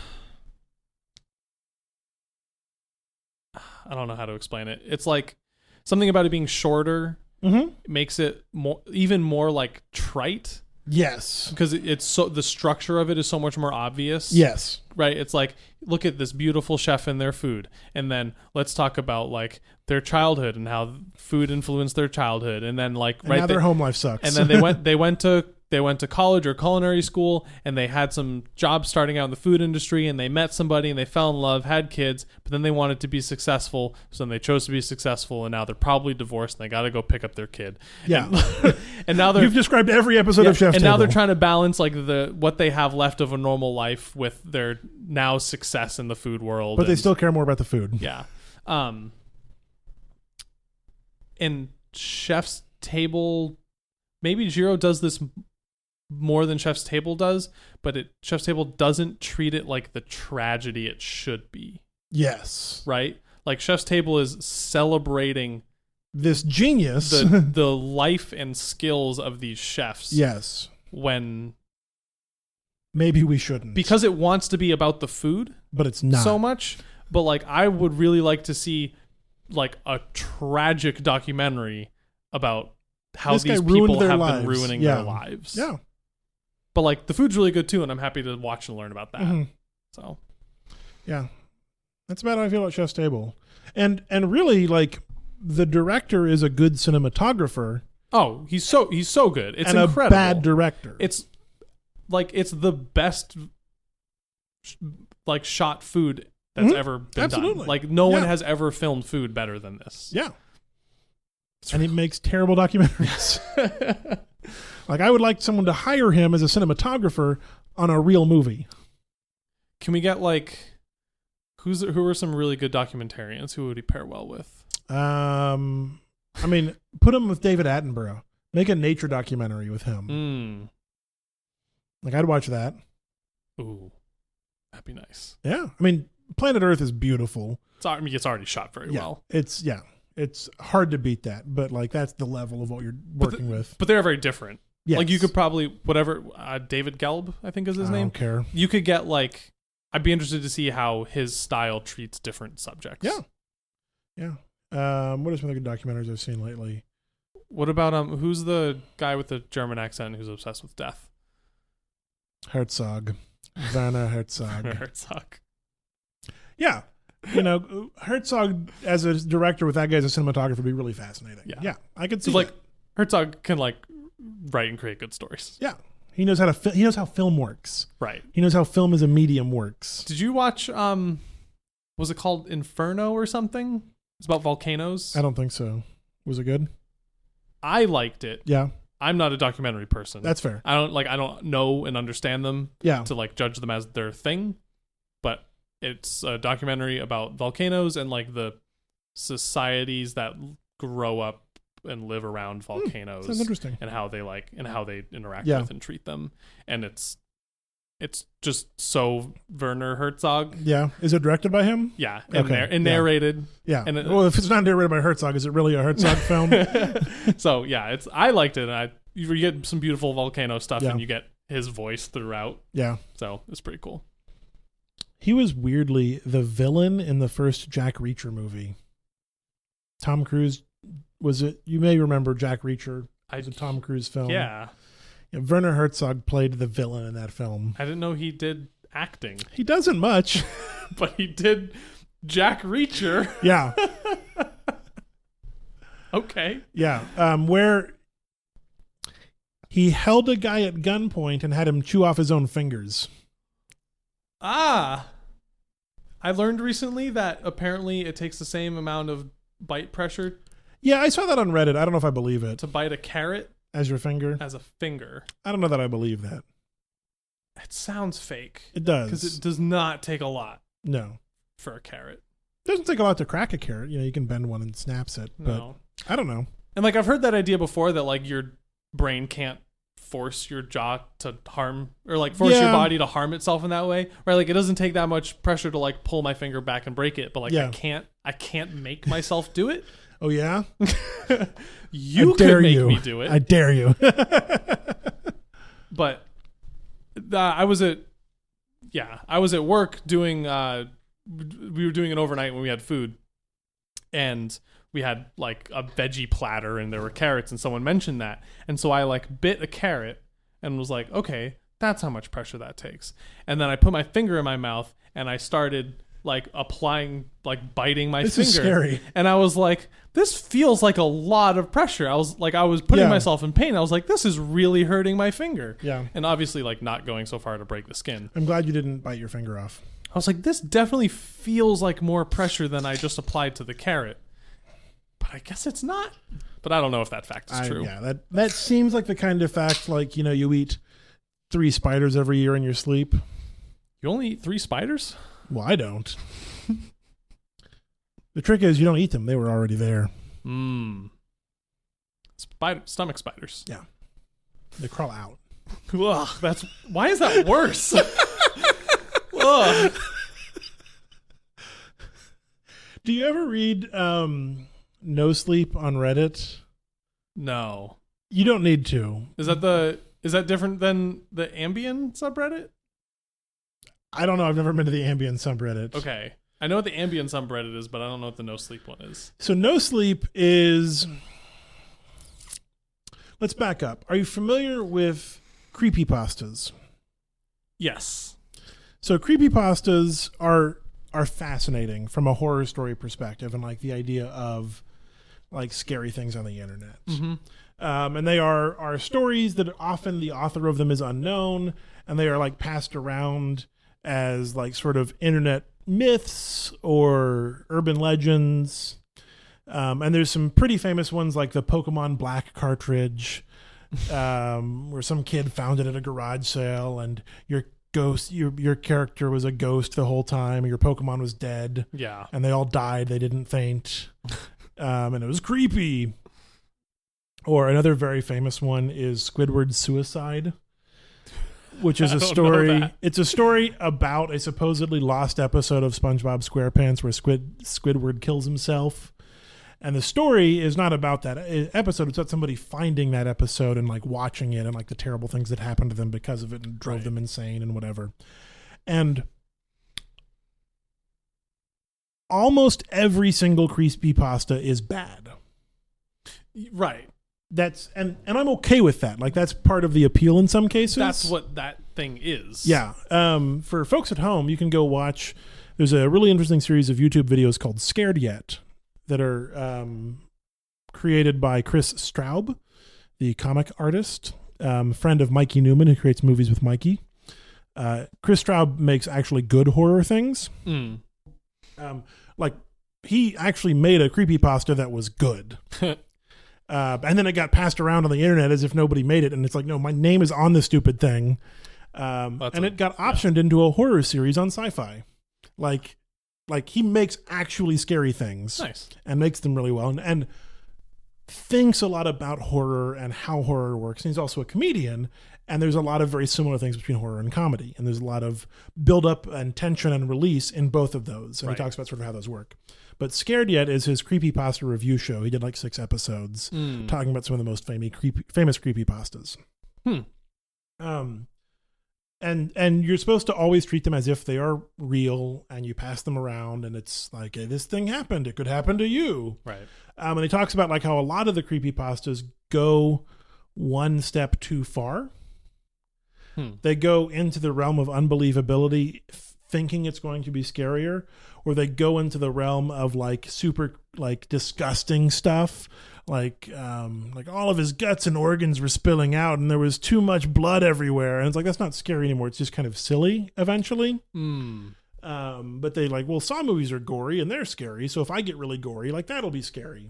I don't know how to explain it. It's like something about it being shorter
Mm-hmm.
It makes it more even more like trite
Yes.
because it, it's so the structure of it is so much more obvious.
Yes.
right? It's like look at this beautiful chef and their food, and then let's talk about like their childhood and how food influenced their childhood, and then like
And
right
now their
they-
home life sucks.
and then they went they went to they went to college or culinary school and they had some jobs starting out in the food industry and they met somebody and they fell in love had kids but then they wanted to be successful so then they chose to be successful and now they're probably divorced and they got to go pick up their kid
yeah.
and now they're
You've described every episode of
yeah,
Chef
and now they're
Table.
trying to balance like the what they have left of a normal life with their now success in the food world.
but they
and-
still care more about the food.
yeah. Um, and Chef's Table, maybe Jiro does this m- more than Chef's Table does, but it Chef's Table doesn't treat it like the tragedy it should be,
Yes.
right? Like Chef's Table is celebrating
This genius.
the the life and skills of these chefs
yes.
when
Maybe we shouldn't.
because it wants to be about the food
but it's not.
so much but like i would really like to see like a tragic documentary about how
This guy
these
ruined
people
their
have
lives.
been ruining
Yeah.
their lives
yeah.
but like the food's really good too and i'm happy to watch and learn about that
Mhm.
so
Yeah. That's about how I feel about Chef's Table. And and really like the director is a good cinematographer
oh he's so he's so good it's
and
incredible
a bad director.
it's like it's the best sh- like shot food that's
Mhm.
ever been
Absolutely.
done like no one
Yeah.
has ever filmed food better than this
yeah. And he makes terrible documentaries. like I would like someone to hire him as a cinematographer on a real movie.
Can we get like who's who are some really good documentarians who would he pair well with?
Um I mean, put him with David Attenborough. Make a nature documentary with him. Hmm.
Mm.
Like I'd watch that.
Ooh. That'd be nice.
Yeah. I mean, planet Earth is beautiful.
It's, al- I mean, it's already shot very
yeah.
well.
It's yeah. It's hard to beat that, but like that's the level of what you're working with.
But they're very different.
Yeah.
Like you could probably whatever uh, David Gelb, I think is his
I
name.
don't care.
You could get like I'd be interested to see how his style treats different subjects.
Yeah. Yeah. Um, what are some other good documentaries I've seen lately?
What about um who's the guy with the German accent who's obsessed with death?
Herzog, Werner Herzog.
Herzog.
yeah. You know, Herzog as a director with that guy as a cinematographer would be really fascinating.
Yeah.
I could see.
So like
that.
Herzog can like write and create good stories.
yeah, he knows how to. Fi- he knows how film works.
Right.
He knows how film as a medium works.
Did you watch um was it called Inferno or something? It's about volcanoes.
I don't think so. Was it good?
I liked it.
Yeah,
I'm not a documentary person.
that's fair.
I don't like I don't know and understand them
Yeah,
to like judge them as their thing, but it's a documentary about volcanoes and like the societies that l- grow up and live around volcanoes
Hmm, sounds interesting.
and how they like and how they interact
Yeah.
with and treat them. And it's it's just so Werner Herzog.
Yeah, is it directed by him?
Yeah, and,
Okay,
narr- and
yeah.
narrated.
Yeah.
And it-
well, if it's not narrated by Herzog, is it really a Herzog film?
so yeah, it's I liked it. And I you get some beautiful volcano stuff,
Yeah.
and you get his voice throughout.
Yeah.
So it's pretty cool.
He was weirdly the villain in the first Jack Reacher movie. Tom Cruise was it? You may remember Jack Reacher.
I
It's a Tom Cruise film.
yeah,
Yeah, Werner Herzog played the villain in that film.
I didn't know he did acting,
He doesn't much.
but he did Jack Reacher.
yeah.
Okay,
Yeah. Um, where he held a guy at gunpoint and had him chew off his own fingers.
ah, I learned recently that apparently it takes the same amount of bite pressure
Yeah, I saw that on Reddit. I don't know if I believe it.
to bite a carrot
As your finger.
as a finger.
I don't know that I believe that.
It sounds fake
It does.
because it does not take a lot
no.
for a carrot.
doesn't take a lot to crack a carrot. You know, you can bend one and snaps it. But
No.
I don't know.
And like I've heard that idea before that like your brain can't force your jaw to harm or like force
Yeah.
your body to harm itself in that way. Right? Like it doesn't take that much pressure to like pull my finger back and break it, but like
Yeah.
I can't I can't make myself do it.
Oh yeah,
You
I
could
dare
make
you.
me do it.
I dare you.
but uh, I was at yeah, I was at work doing uh we were doing an overnight when we had food and we had like a veggie platter and there were carrots and someone mentioned that. And so I like bit a carrot and was like, okay, that's how much pressure that takes. And then I put my finger in my mouth and I started like applying, like biting my
This
finger.
is scary.
And I was like, this feels like a lot of pressure. I was like, I was putting
Yeah.
myself in pain. I was like, this is really hurting my finger.
Yeah.
And obviously, like, not going so far to break the skin.
I'm glad you didn't bite your finger off.
I was like, this definitely feels like more pressure than I just applied to the carrot. But I guess it's not. But I don't know if that fact is
I-
true.
Yeah, that that seems like the kind of fact like you know you eat three spiders every year in your sleep.
You only eat three spiders?
Well, I don't. the trick is you don't eat them; they were already there.
Mmm. Spider stomach spiders.
They crawl out.
Ugh, that's why is that worse? Ugh.
Do you ever read um, No Sleep on Reddit?
No.
You don't need to.
Is that the is that different than the Ambien subreddit?
I don't know. I've never been to the Ambien subreddit.
Okay. I know what the Ambien subreddit is, but I don't know what the no sleep one is.
So no sleep is. Let's back up. Are you familiar with creepypastas?
Yes.
So creepypastas are are fascinating from a horror story perspective, and like the idea of like scary things on the internet.
Mhm.
Um, and they are are stories that often the author of them is unknown, and they are like passed around as like sort of internet myths or urban legends. Um, and there's some pretty famous ones like the Pokemon Black cartridge, um, where some kid found it at a garage sale, and your ghost, your your character was a ghost the whole time. Your Pokemon was dead,
Yeah.
and they all died. They didn't faint, um, and it was creepy. Or another very famous one is Squidward's suicide, which is
I
a
don't know
story.
that.
It's a story about a supposedly lost episode of SpongeBob SquarePants where Squid Squidward kills himself. And the story is not about that e- episode. It's about somebody finding that episode and like watching it and like the terrible things that happened to them because of it and drove
Right.
them insane and whatever. And almost every single crispy pasta is bad.
Right.
That's and and I'm okay with that. Like that's part of the appeal in some cases.
That's what that thing is.
Yeah. Um, for folks at home, you can go watch. There's a really interesting series of YouTube videos called "Scared Yet" that are um, created by Chris Straub, the comic artist, um, friend of Mikey Newman, who creates movies with Mikey. Uh, Chris Straub makes actually good horror things.
Mm.
Um, like he actually made a creepypasta that was good. Uh, and then it got passed around on the internet as if nobody made it. And it's like, no, my name is on this stupid thing. Um,
That's
and
a-
it got optioned into a horror series on sci-fi. Like, like he makes actually scary things
Nice.
and makes them really well and, and thinks a lot about horror and how horror works. And he's also a comedian. And there's a lot of very similar things between horror and comedy. And there's a lot of build up and tension and release in both of those. And
Right.
he talks about sort of how those work. But Scared Yet is his creepypasta review show. He did like six episodes
Mm.
talking about some of the most famous creepy famous creepypastas.
Hmm.
Um and and you're supposed to always treat them as if they are real and you pass them around and it's like hey, this thing happened it could happen to you
Right.
um, and he talks about like how a lot of the creepypastas go one step too far.
Hmm.
They go into the realm of unbelievability, f- thinking it's going to be scarier, or they go into the realm of like super like disgusting stuff, like um, like all of his guts and organs were spilling out, and there was too much blood everywhere, and it's like that's not scary anymore. It's just kind of silly eventually.
Mm.
Um, but they like, well, Saw movies are gory and they're scary. So if I get really gory, like that'll be scary.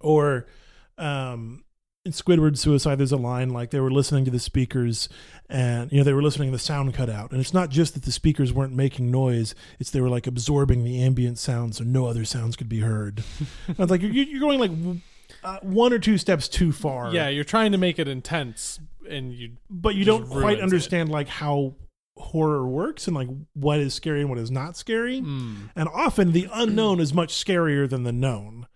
Or um, in Squidward Suicide, there's a line like they were listening to the speakers and, you know, they were listening to the sound cut out. And it's not just that the speakers weren't making noise, it's they were like absorbing the ambient sound so no other sounds could be heard. and it's like, you're, you're going like w- uh, one or two steps too far
Yeah, you're trying to make it intense, and you
but you
just
don't
ruins
quite
it.
understand like how horror works and like what is scary and what is not scary.
mm.
And often the unknown is much scarier than the known.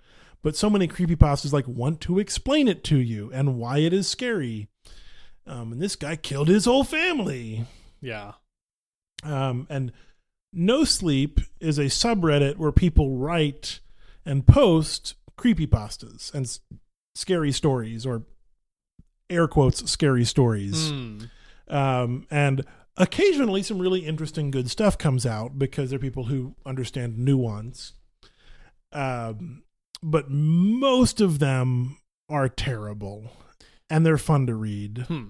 But so many creepypastas like want to explain it to you and why it is scary. Um, and this guy killed his whole family.
yeah.
Um, and No Sleep is a subreddit where people write and post creepy pastas and s- scary stories or air quotes scary stories
Mm.
um, and occasionally some really interesting good stuff comes out because there are people who understand nuance um, but most of them are terrible and they're fun to read
Hmm.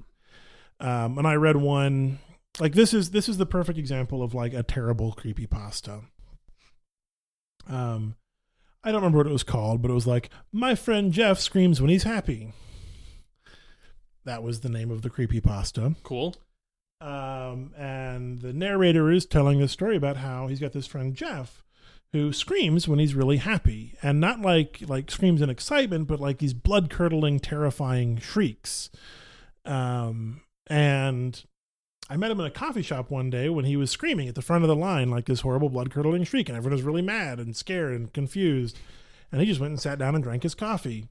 um, and I read one like this is this is the perfect example of like a terrible creepy pasta. Um, I don't remember what it was called, but it was like my friend Jeff screams when he's happy. That was the name of the creepy pasta.
Cool.
Um, and the narrator is telling this story about how he's got this friend Jeff who screams when he's really happy and not like like screams in excitement but like these blood curdling terrifying shrieks um and i met him in a coffee shop one day when he was screaming at the front of the line like this horrible blood curdling shriek and everyone was really mad and scared and confused and he just went and sat down and drank his coffee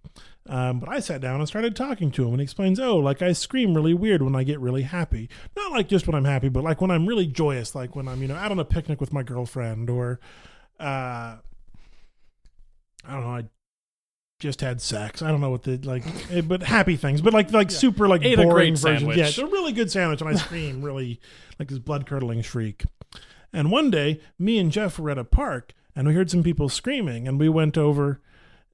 um, but I sat down and started talking to him, and he explains, "Oh, like I scream really weird when I get really happy. Not like just when I'm happy, but like when I'm really joyous, like when I'm you know out on a picnic with my girlfriend, or uh, I don't know, I just had sex. I don't know what the like, eh, but happy things, but like like super like
Ate a
boring
great
versions.
sandwich.
Yeah, it's a really good sandwich, and I scream really like this blood curdling shriek. And one day, me and Jeff were at a park, and we heard some people screaming, and we went over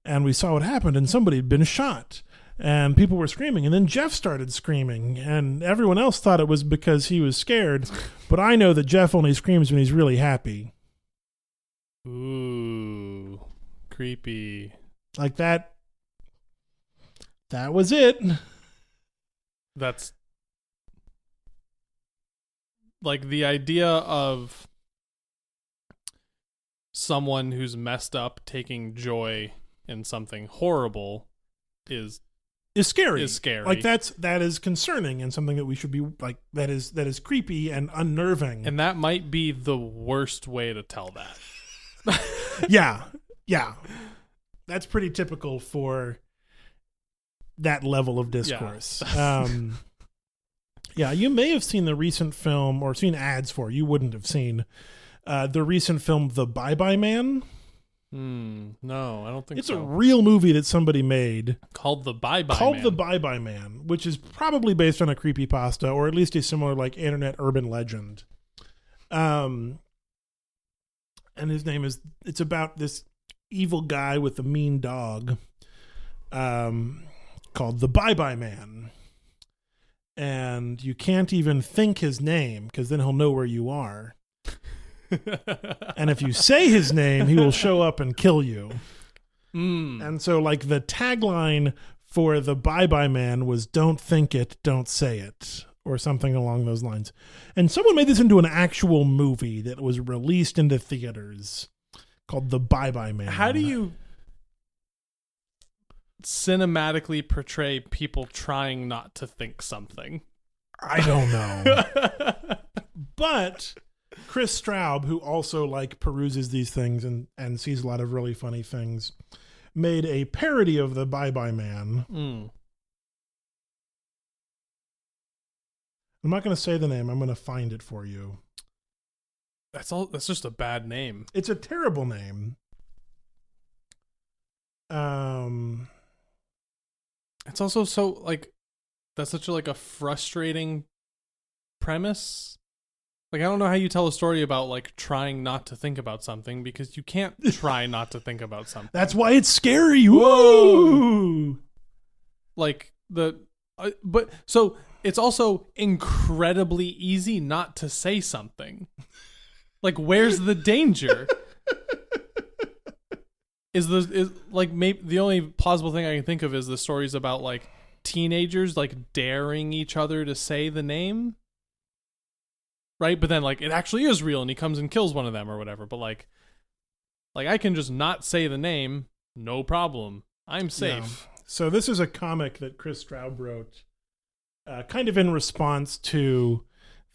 and we saw what happened and somebody had been shot and people were screaming and then jeff started screaming and everyone else thought it was because he was scared but i know that jeff only screams when he's really happy
Ooh, creepy.
like that that was it
That's like the idea of someone who's messed up taking joy in something horrible is
is scary
Is scary.
like that's that is concerning and something that we should be like that is that is creepy and unnerving
and that might be the worst way to tell that.
yeah yeah that's pretty typical for that level of discourse um yeah you may have seen the recent film or seen ads for you wouldn't have seen uh the recent film the bye bye man
Hmm. No, I don't think
it's
so.
a real movie that somebody made
called the Bye Bye
called
Man.
the bye bye man which is probably based on a creepy pasta or at least a similar like internet urban legend um and his name is it's about this evil guy with a mean dog um called the bye bye man and you can't even think his name because then he'll know where you are and if you say his name he will show up and kill you
Hmm.
and so, like, the tagline for the Bye Bye Man was Don't Think It, Don't Say It, or something along those lines. And someone made this into an actual movie that was released into theaters called The Bye Bye Man.
How do you cinematically portray people trying not to think something?
I don't know.
Hmm.
but Chris Straub, who also, like, peruses these things and, and sees a lot of really funny things, made a parody of The Bye Bye Man.
Hmm.
I'm not going to say the name, I'm going to find it for you.
That's all. That's just a bad name.
It's a terrible name. Um,
It's also so like that's such a, like a frustrating premise. Like I don't know how you tell a story about like trying not to think about something because you can't try not to think about something.
that's why it's scary. Whoa!
Whoa. Like the uh, but so it's also incredibly easy not to say something. Like where's the danger? is the is like maybe the only plausible thing I can think of is the stories about like teenagers like daring each other to say the name, right? But then like it actually is real, and he comes and kills one of them or whatever. But like, like I can just not say the name, no problem. I'm safe.
So this is a comic that Chris Straub wrote, uh, kind of in response to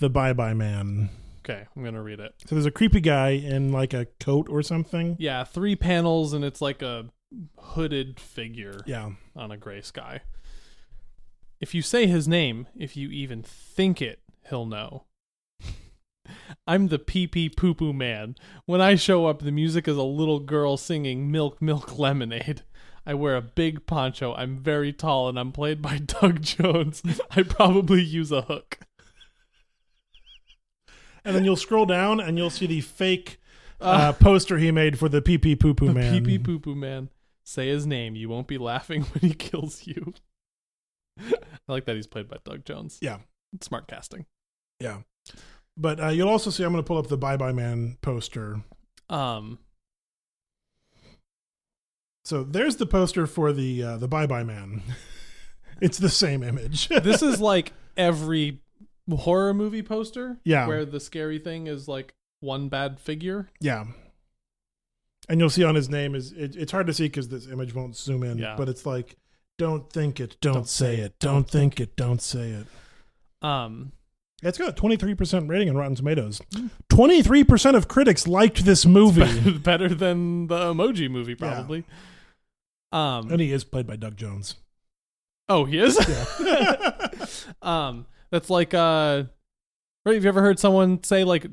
the Bye Bye Man.
Okay, I'm gonna read it.
So there's a creepy guy in like a coat or something.
Yeah, three panels, and it's like a hooded figure.
Yeah.
on a gray sky. If you say his name, if you even think it, he'll know. I'm the pee pee poo poo man. When I show up, the music is a little girl singing Milk Milk Lemonade. I wear a big poncho. I'm very tall and I'm played by Doug Jones. I probably use a hook.
And then you'll scroll down and you'll see the fake uh, poster he made for the pee pee poo poo man.
Pee pee poo poo man. Say his name. You won't be laughing when he kills you. I like that he's played by Doug Jones.
Yeah.
Smart casting.
Yeah. But uh, you'll also see I'm going to pull up the Bye Bye Man poster.
Um,
So there's the poster for the uh, the Bye Bye Man. it's the same image.
this is like every horror movie poster
Yeah.
where the scary thing is like one bad figure
yeah. And you'll see on his name is it, it's hard to see because this image won't zoom in.
Yeah.
But it's like, don't think it, don't, say it, don't, think it, don't say it.
um
It's got a 23% rating on Rotten Tomatoes. 23% of critics liked this movie.
better than the emoji movie probably um
and he is played by Doug Jones.
oh he is um that's like uh right have you ever heard someone say like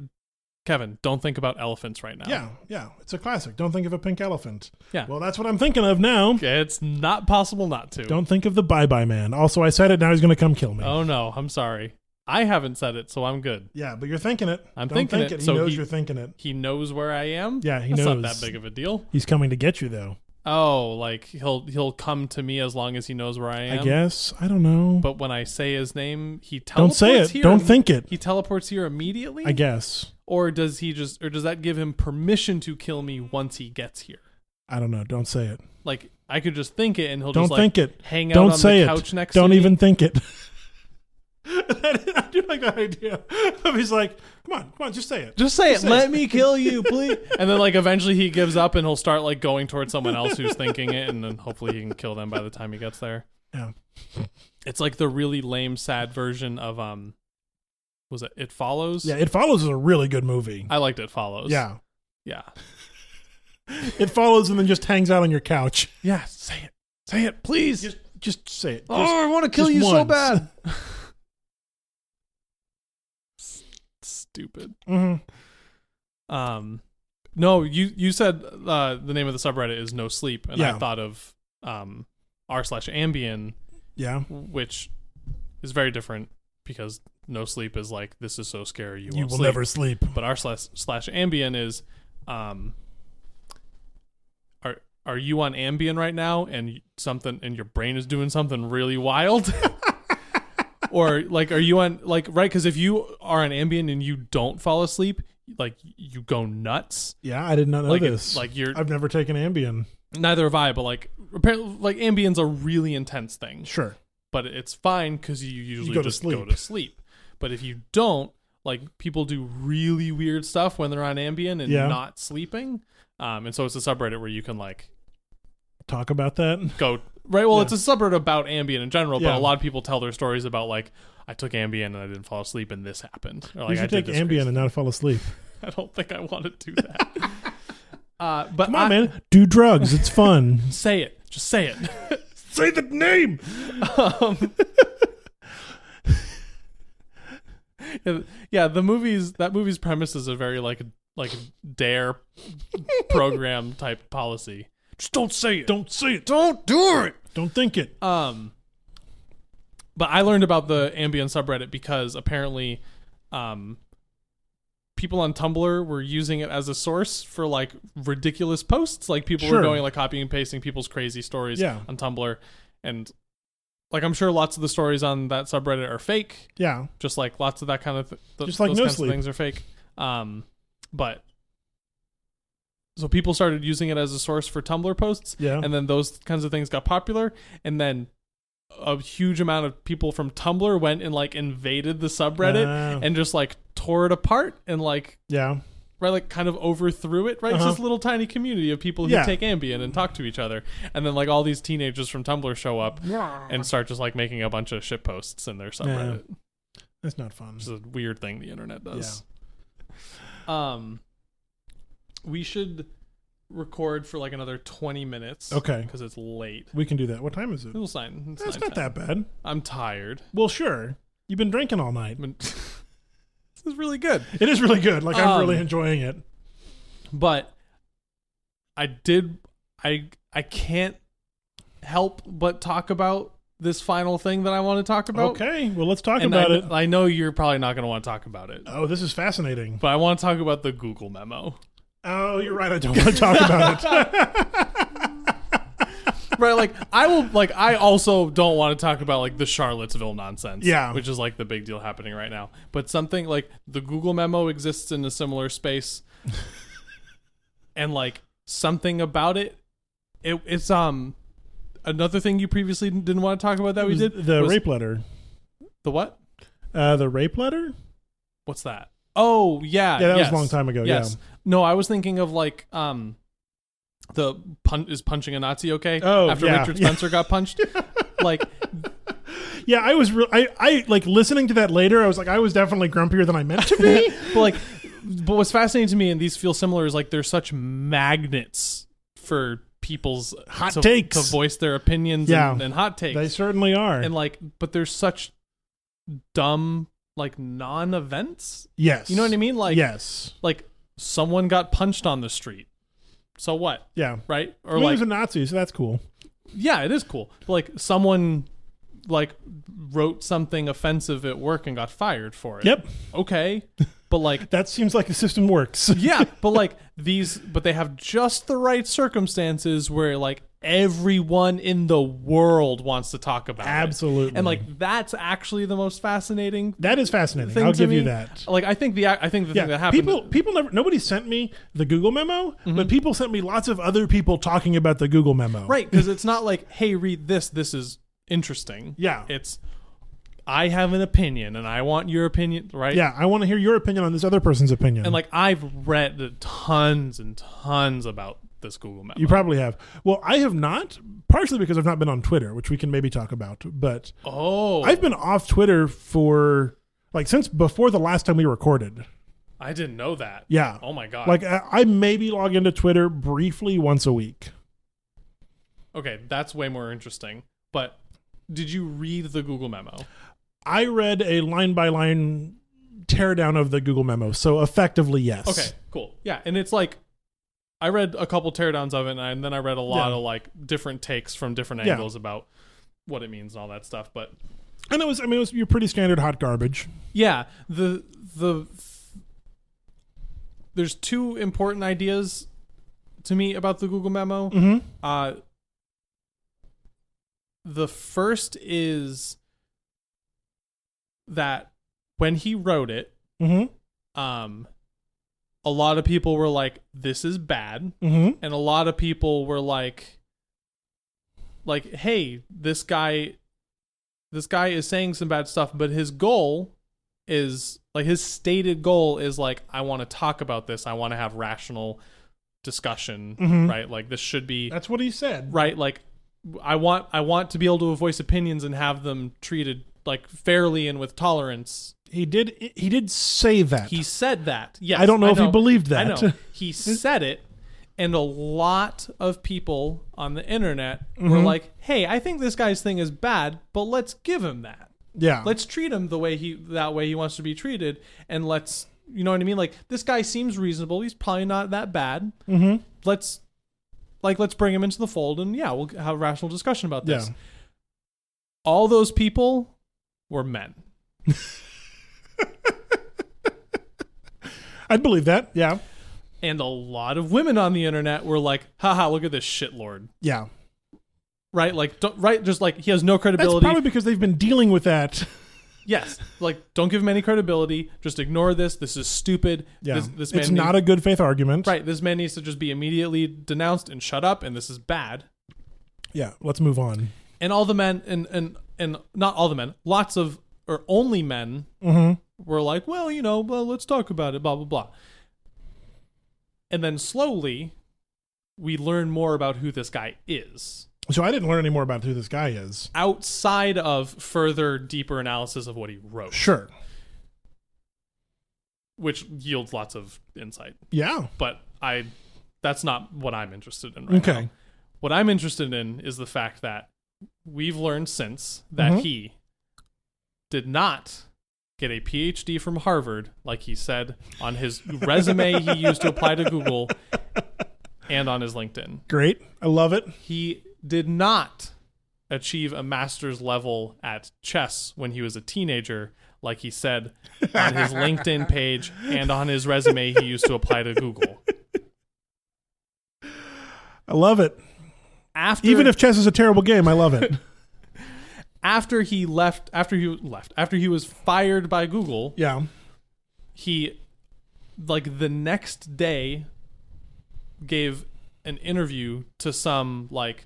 kevin don't think about elephants right now
Yeah, yeah. It's a classic. Don't think of a pink elephant.
Yeah.
Well, that's what I'm thinking of now.
it's not possible not to
Don't think of the bye bye man. Also, I said it. Now he's going to come kill me.
oh no i'm sorry i haven't said it so i'm good
Yeah, but you're thinking it.
I'm
Don't
thinking
think
it,
He
so
knows
he-
you're thinking it.
he knows where i am
Yeah, he
that's not
knows.
that big of a deal
He's coming to get you, though.
Oh, like he'll he'll come to me as long as he knows where I am.
I guess. I don't know.
But when I say his name, he
don't
teleports
say it.
here.
Don't think it.
he teleports here immediately.
I guess.
Or does he just? Or does that give him permission to kill me once he gets here?
I don't know. Don't say it.
Like I could just think it, and he'll
Don't
just like
think it.
hang out
Don't
on
say
the
it.
couch next.
don't
to me.
even think it. I do like that idea. He's like, come on, come on, just say it.
Just say it.
say
Let me kill you, please. and then like eventually he gives up, and he'll start like going towards someone else who's thinking it, and then hopefully he can kill them by the time he gets there.
Yeah.
It's like the really lame, sad version of um, was it? It follows.
Yeah, It Follows is a really good movie.
I liked It Follows.
yeah.
Yeah.
It Follows and then just hangs out on your couch.
Yeah. Say it. Say it, please.
Just just say it. Just-
oh, I want to kill
just
you so
once.
bad. S- Stupid.
Mhm.
Um, no, you you said uh, the name of the subreddit is No Sleep, and I
Yeah.
thought of um r slash Ambien,
Yeah.
which is very different because No Sleep is like this is so scary you,
You
won't
will
sleep.
never sleep.
but r slash slash Ambien is um are are you on Ambien right now and something and your brain is doing something really wild or like are you on like right cuz if you are on Ambien and you don't fall asleep like you go nuts
Yeah, I did not know
like
this.
it's like you're
I've never taken Ambien.
neither have I but like apparently like Ambien's a really intense thing
Sure.
but it's fine because you usually
go to
just go
sleep.
to sleep. But if you don't, like people do really weird stuff when they're on Ambien and
Yeah.
not sleeping. Um, and so it's a subreddit where you can like
Talk about that.
go right. Well, it's a subreddit about Ambien in general, but
Yeah.
a lot of people tell their stories about like I took Ambien and I didn't fall asleep and this happened. Or, like, I
you should
did
take
this
Ambien
crazy-
and not fall asleep.
I don't think I want to do that. uh, but
Come on,
I-
man. Do drugs. It's fun.
say it. Just say it.
say the name.
Yeah, th- yeah the movie's that movie's premise is a very like like dare program type policy just don't say it
Don't say it.
don't do it
Don't think it.
um but i learned about the ambient subreddit because apparently um people on tumblr were using it as a source for like ridiculous posts like people were
Sure.
going like copying and pasting people's crazy stories
Yeah.
on tumblr and like i'm sure lots of the stories on that subreddit are fake
yeah.
just like lots of that kind of th- th-
Just like
those
no
kinds
sleep.
of things are fake. Um, but so people started using it as a source for Tumblr posts,
Yeah.
and then those kinds of things got popular, and then a huge amount of people from Tumblr went and like invaded the subreddit
Ah.
and just like tore it apart and like
yeah.
right like kind of overthrew it right It's
Uh-huh.
this little tiny community of people who
Yeah.
take ambien and talk to each other and then like all these teenagers from tumblr show up and start just like making a bunch of shit posts in their subreddit
That's not fun.
which is a weird thing the internet does. Um, we should record for like another twenty minutes.
Okay.
because it's late.
We can do that. What time is it?
It'll sign. It's
That's
9:10.
not that bad.
I'm tired.
Well, sure. You've been drinking all night.
I mean, This is really good.
It is really good. Like I'm
Um,
really enjoying it.
But I did I I can't help but talk about this final thing that I want to talk about.
Okay, well let's talk
And
about
I,
it.
I know you're probably not going to want to talk about it,
Oh, this is fascinating.
but I want to talk about the Google memo.
Oh, you're right. I don't want to talk about it.
right like i will like i also don't want to talk about like the charlottesville nonsense
Yeah.
which is like the big deal happening right now but something like the google memo exists in a similar space and like something about it, it it's um another thing you previously didn't want to talk about that we did
the
was-
rape letter.
the what
Uh, the rape letter.
what's that oh yeah
Yeah, that was
yes.
a long time ago.
yes no i was thinking of like um the pun is punching a nazi okay
Oh,
after
yeah,
richard
yeah.
spencer got punched like
Yeah, yeah. I was. Re- I, I like listening to that later. I was like, I was definitely grumpier than I meant to be.
but like but what's fascinating to me and these feel similar is like they're such magnets for people's
Hot
to,
takes.
to voice their opinions
Yeah.
and, and hot takes
they certainly are.
and like but there's such dumb like non-events
yes,
you know what i mean like
yes,
like someone got punched on the street so what
yeah.
right or
I mean, he
like
was a Nazi, so that's cool.
yeah it is cool but like someone like wrote something offensive at work and got fired for it
Yep,
okay but like
that seems like the system works.
yeah, but like these, but they have just the right circumstances where like everyone in the world wants to talk about it.
Absolutely,
And like that's actually the most fascinating
that is fascinating.
thing
I'll
to
give you
me.
that.
Like I think the I think the
Yeah,
thing that happened. Mm-hmm.
people people never nobody sent me the Google memo, but people sent me lots of other people talking about the Google memo.
right because it's not like hey read this this is interesting.
Yeah.
it's I have an opinion and I want your opinion right.
Yeah, I want to hear your opinion on this other person's opinion.
and like I've read tons and tons about this Google memo.
you probably have. Well, I have not, partially because I've not been on Twitter, which we can maybe talk about. But
oh,
I've been off Twitter for like since before the last time we recorded.
I didn't know that.
Yeah,
Oh my god.
like I, I maybe log into Twitter briefly once a week.
Okay, that's way more interesting. But did you read the Google memo?
I read a line by line teardown of the Google memo, so effectively yes.
Okay, cool. Yeah, and it's like I read a couple teardowns of it, and, I, and then I read a lot
Yeah.
of like different takes from different
Yeah.
angles about what it means and all that stuff. But
And it was, I mean, it was your pretty standard hot garbage.
yeah, the the there's two important ideas to me about the Google memo.
Mm-hmm.
Uh, the first is that when he wrote it,
Mm-hmm.
um a lot of people were like this is bad
Mm-hmm.
and a lot of people were like like hey this guy this guy is saying some bad stuff but his goal is like his stated goal is like i want to talk about this i want to have rational discussion
Mhm.
right like this should be
That's what he said.
right like i want i want to be able to voice opinions and have them treated like fairly and with tolerance
He did. He did say that.
He said that. Yes.
I don't know if he believed that.
I know. He said it, and a lot of people on the internet were
Mm-hmm.
like, "Hey, I think this guy's thing is bad, but let's give him that.
yeah.
Let's treat him the way he that way he wants to be treated, and let's you know what I mean. Like this guy seems reasonable. He's probably not that bad.
mm-hmm.
Let's like let's bring him into the fold, and yeah, we'll have a rational discussion about this.
Yeah.
All those people were men.
I'd believe that. Yeah.
And a lot of women on the internet were like, haha, look at this shitlord.
Yeah.
right? Like, don't, right? Just like he has no
That's
credibility.
probably because they've been dealing with that.
yes, like don't give him any credibility. Just ignore this. This is stupid.
Yeah.
This, this man
it's not a good faith argument.
right. This man needs to just be immediately denounced and shut up. And this is bad.
Yeah. Let's move on.
And all the men, and and and not all the men, lots of or only men
Mm-hmm.
were like, well, you know, well, let's talk about it, blah blah blah. And then slowly, we learn more about who this guy is
So I didn't learn any more about who this guy is.
outside of further deeper analysis of what he wrote.
Sure.
which yields lots of insight.
Yeah.
But I that's not what I'm interested in right now.
Okay.
What I'm interested in is the fact that we've learned since that
Mhm.
he did not get a PhD from Harvard, like he said on his resume he used to apply to Google and on his LinkedIn.
Great. I love it.
He did not achieve a master's level at chess when he was a teenager, like he said on his LinkedIn page and on his resume he used to apply to Google.
I love it.
After
Even if chess is a terrible game, I love it.
after he left after he left after he was fired by Google,
yeah.
he like the next day gave an interview to some like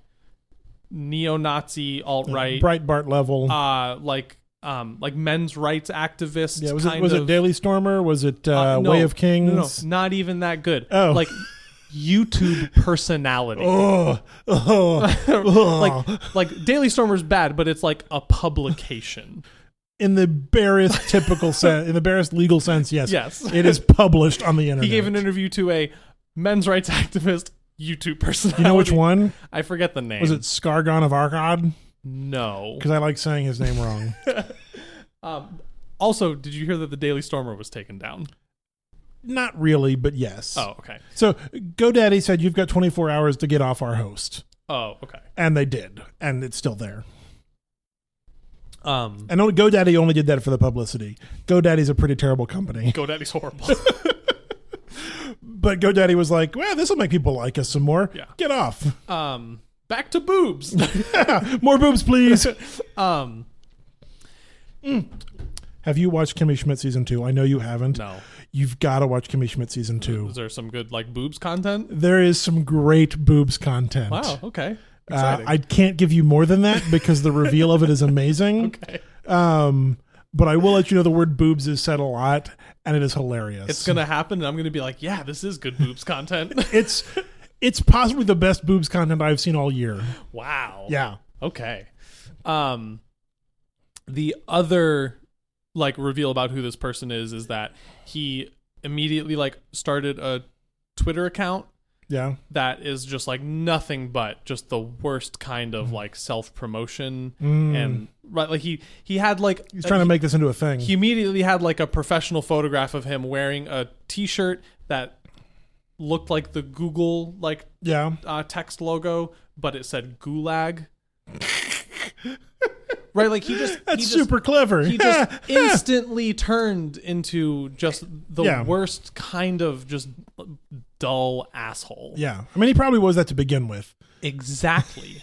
neo-Nazi alt-right
Breitbart level.
uh like um like men's rights activist
yeah. Was it
kind
was
of,
it Daily Stormer? Was it uh,
uh, no,
Way of
no, no,
Kings?
not even that good.
Oh.
Like YouTube personality.
Oh, oh,
like like Daily Stormer's bad, but it's like a publication.
in the barest typical sense, in the barest legal sense, yes,
Yes.
it is published on the internet.
He gave an interview to a men's rights activist YouTube personality.
you know which one
I forget the name.
was it? Scargon of Arcad?
No. Um,
Because I like saying his name wrong.
Also, did you hear that the Daily Stormer was taken down?
Not really, but yes.
Oh, okay.
So GoDaddy said you've got 24 hours to get off our host,
Oh, okay.
and they did, and it's still there.
Um,
And only, GoDaddy only did that for the publicity. GoDaddy's a pretty terrible company,
GoDaddy's horrible.
but GoDaddy was like, "Well, this will make people like us some more.
Yeah.
Get off,
um, back to boobs.
more boobs, please."
um,
Have you watched Kimmy Schmidt season two? I know you haven't.
no.
You've got to watch Kimmy Schmidt season two.
Is there some good like boobs content?
There is some great boobs content.
Wow. Okay.
Uh,
Exciting.
I can't give you more than that because the reveal of it is amazing.
okay.
Um, but I will let you know the word boobs is said a lot, and it is hilarious.
It's gonna happen, and I'm gonna be like, yeah, this is good boobs content.
it's it's possibly the best boobs content I've seen all year.
wow.
Yeah,
Okay. Um the other like reveal about who this person is is that he immediately like started a Twitter account
yeah.
that is just like nothing but just the worst kind
Mm.
of like self-promotion and right like he he had like
He's trying to make this into a thing.
he immediately had like a professional photograph of him wearing a t-shirt that looked like the Google like
yeah,
uh, text logo, but it said Gulag. right, like he just
that's
he just,
super clever.
He just instantly turned into just the
Yeah.
worst kind of just dull asshole.
yeah. I mean, he probably was that to begin with.
Exactly.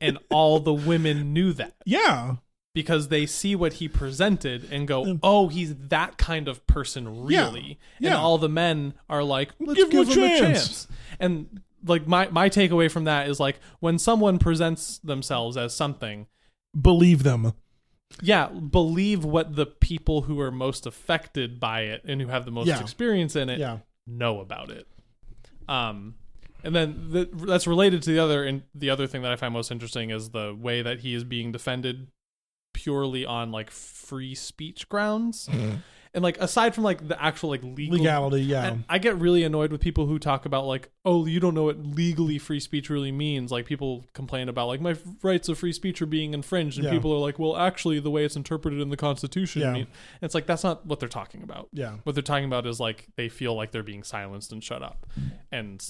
and all the women knew that
Yeah,
because they see what he presented and go, "Oh, he's that kind of person,
Yeah.
really."
Yeah.
And all the men are like, "Let's
Give
give,
him a
him, a
chance."
chance." And like my my takeaway from that is like when someone presents themselves as something,
believe them.
yeah, believe what the people who are most affected by it and who have the most
Yeah.
experience in it
Yeah.
know about it. Um, and then th- that's related to the other and the other thing that I find most interesting is the way that he is being defended purely on like free speech grounds. And like aside from like the actual like legal
Mm-hmm. Legality. Yeah.
and I get really annoyed with people who talk about like, oh, you don't know what legally free speech really means. Like people complain about like my f- rights of free speech are being infringed, and
Yeah.
people are like, well, actually, the way it's interpreted in the Constitution,
Yeah.
mean- and it's like that's not what they're talking about.
yeah.
What they're talking about is like they feel like they're being silenced and shut up, and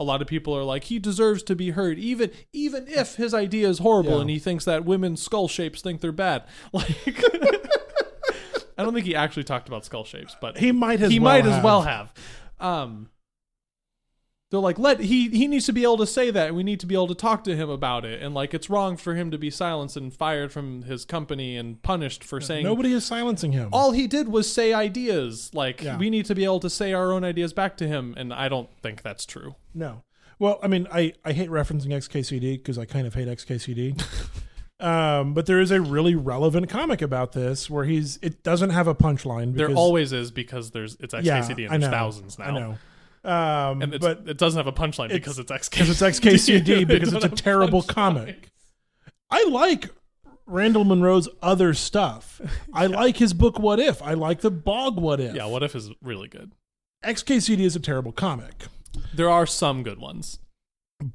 a lot of people are like, he deserves to be heard, even even if his idea is horrible
Yeah.
and he thinks that women's skull shapes think they're bad. Like, I don't think he actually talked about skull shapes, but
He might as
he
well
might
have.
as well have. Um, they're like, let he he needs to be able to say that, and we need to be able to talk to him about it, and like it's wrong for him to be silenced and fired from his company and punished for saying.
Nobody is silencing him.
all he did was say ideas. Like
Yeah.
we need to be able to say our own ideas back to him, and I don't think that's true.
No. Well, I mean, I, I hate referencing XKCD because I kind of hate XKCD. um, but there is a really relevant comic about this where he's it doesn't have a punchline.
There
because-
always is because there's it's XKCD
yeah,
and
I
there's
know,
thousands now.
I know. Um,
And it's,
but
it doesn't have a punchline because it's XKCD.
because it's XKCD
They
because
don't
it's a
have
terrible
punchlines.
comic. I like Randall Monroe's other stuff. I like his book What If. I like the Bog What If.
Yeah, what if is really good.
XKCD is a terrible comic.
There are some good ones.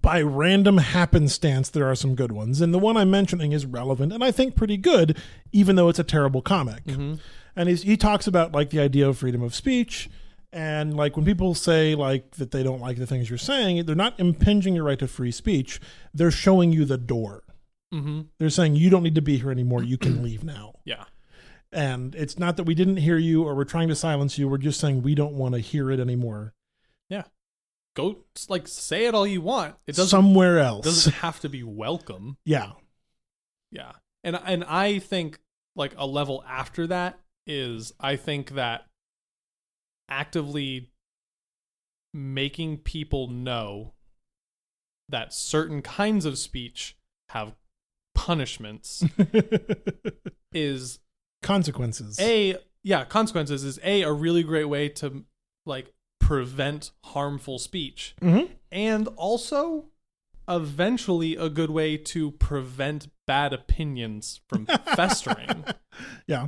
by random happenstance, there are some good ones, and the one I'm mentioning is relevant and I think pretty good, even though it's a terrible comic.
Mm-hmm.
And he's, he talks about like the idea of freedom of speech, and like when people say like that they don't like the things you're saying, they're not impinging your right to free speech. They're showing you the door.
Mhm.
They're saying you don't need to be here anymore. You can leave now.
Yeah.
And it's not that we didn't hear you or we're trying to silence you. We're just saying we don't want to hear it anymore.
Go like say it all you want. It doesn't
Somewhere else.
doesn't have to be welcome.
yeah.
Yeah. And and I think like a level after that is I think that actively making people know that certain kinds of speech have punishments is
Consequences.
a yeah, consequences is a a really great way to like prevent harmful speech
Mhm.
and also eventually a good way to prevent bad opinions from festering.
Yeah.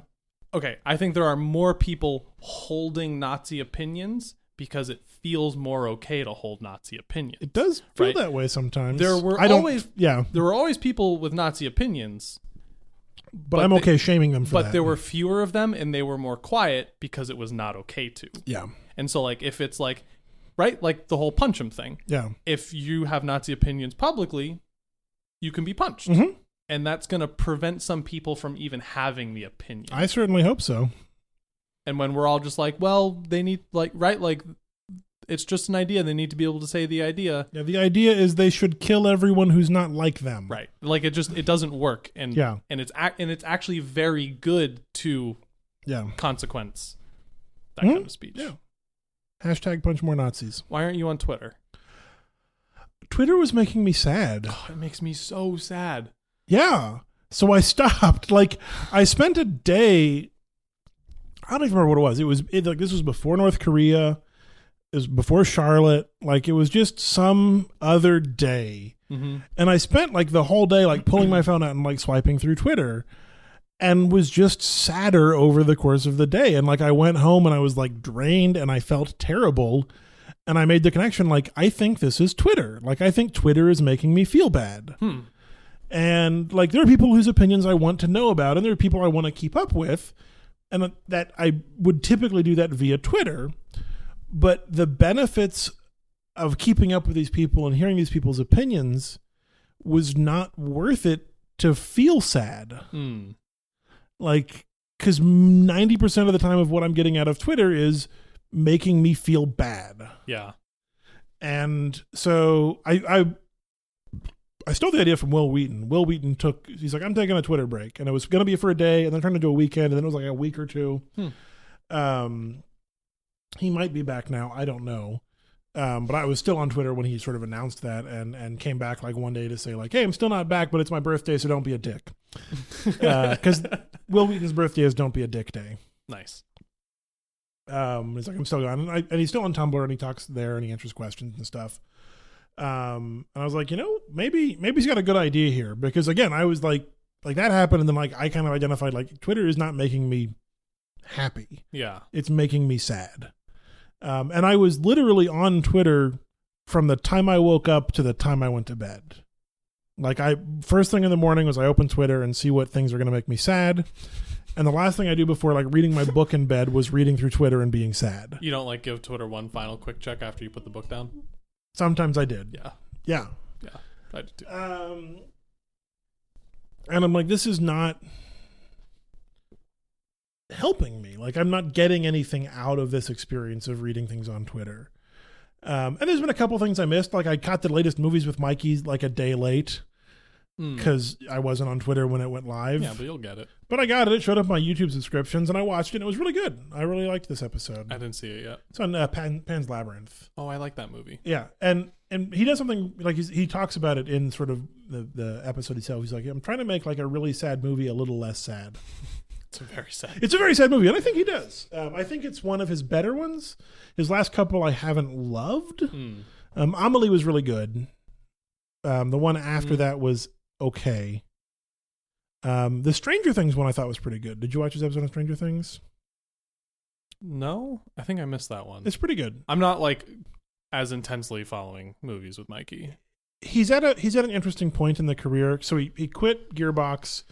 Okay, I think there are more people holding Nazi opinions because it feels more okay to hold Nazi opinions.
It does feel
Right.
that way sometimes.
There were
I don't,
always-
Yeah.
There were always people with Nazi opinions,
But,
but
I'm
they-
okay shaming them for
but
that.
there were fewer of them and they were more quiet because it was not okay to.
Yeah.
And so like if it's like right, like the whole punch 'em thing.
Yeah.
If you have Nazi opinions publicly, you can be punched.
Mhm.
And that's going to prevent some people from even having the opinion.
I certainly hope so.
and when we're all just like well they need like right like it's just an idea they need to be able to say the idea
Yeah. The idea is they should kill everyone who's not like them.
right like it just it doesn't work and
Yeah.
and it's ac- and it's actually very good to
Yeah.
consequence that
Hmm?
kind of speech
Yeah. Hashtag punch more Nazis.
why aren't you on twitter
Twitter was making me sad.
oh, it makes me so sad
Yeah. So I stopped. Like I spent a day. I don't even remember what it was. It was it, like this was before North Korea. It was before Charlotte. Like it was just some other day,
mm-hmm.
and I spent like the whole day like pulling my phone out and like swiping through Twitter, and was just sadder over the course of the day. And like I went home and I was like drained and I felt terrible, and I made the connection like I think this is Twitter. Like I think Twitter is making me feel bad
hmm.
and like there are people whose opinions I want to know about, and there are people I want to keep up with, and that I would typically do that via Twitter. But the benefits of keeping up with these people and hearing these people's opinions was not worth it to feel sad.
Hmm.
Like, because 90% of the time of what I'm getting out of Twitter is making me feel bad
yeah
and so I, I I stole the idea from Will Wheaton. Will Wheaton took he's like I'm taking a Twitter break, and it was going to be for a day, and then turned into a weekend, and then it was like a week or two.
Hmm.
Um, he might be back now. I don't know. Um, but I was still on Twitter when he sort of announced that, and and came back like one day to say like, hey, I'm still not back, but it's my birthday, so don't be a dick. Because Will Wheaton's birthday is Don't Be a Dick Day.
nice
Um, he's like, I'm still gone, and, I, and he's still on Tumblr, and he talks there, and he answers questions and stuff. Um, and I was like, you know, maybe maybe he's got a good idea here because again, I was like, like that happened, and then like I kind of identified like Twitter is not making me happy;
yeah
it's making me sad. Um, and I was literally on Twitter from the time I woke up to the time I went to bed. Like I first thing in the morning was I open Twitter and see what things are going to make me sad. And the last thing I do before like reading my book in bed was reading through Twitter and being sad.
you don't like give twitter one final quick check after you put the book down
Sometimes I did.
yeah
Yeah.
yeah i do too
Um, and I'm like, this is not helping me. Like, I'm not getting anything out of this experience of reading things on Twitter. Um, and there's been a couple things I missed. Like, I caught the latest movies with Mikey like a day late
Hmm.
because I wasn't on Twitter when it went live.
yeah but you'll get it
but I got it. It showed up on my YouTube subscriptions, and I watched it. and It was really good. I really liked this episode.
i didn't see it yet
It's on uh, Pan, Pan's Labyrinth.
oh i like that movie
Yeah, and and he does something like he's, he talks about it in sort of the the episode itself. He's like, I'm trying to make like a really sad movie a little less sad.
it's very sad
It's a very sad movie, and I think he does. Um, I think it's one of his better ones. His last couple I haven't loved.
Hmm.
Um, Amelie was really good. Um, the one after
Mm.
that was okay. Um, the Stranger Things one I thought was pretty good. Did you watch his episode on Stranger Things?
No, I think I missed that one.
It's pretty good.
I'm not like as intensely following movies with Mikey.
he's at a he's at an interesting point in the career. So he, he quit Gearbox.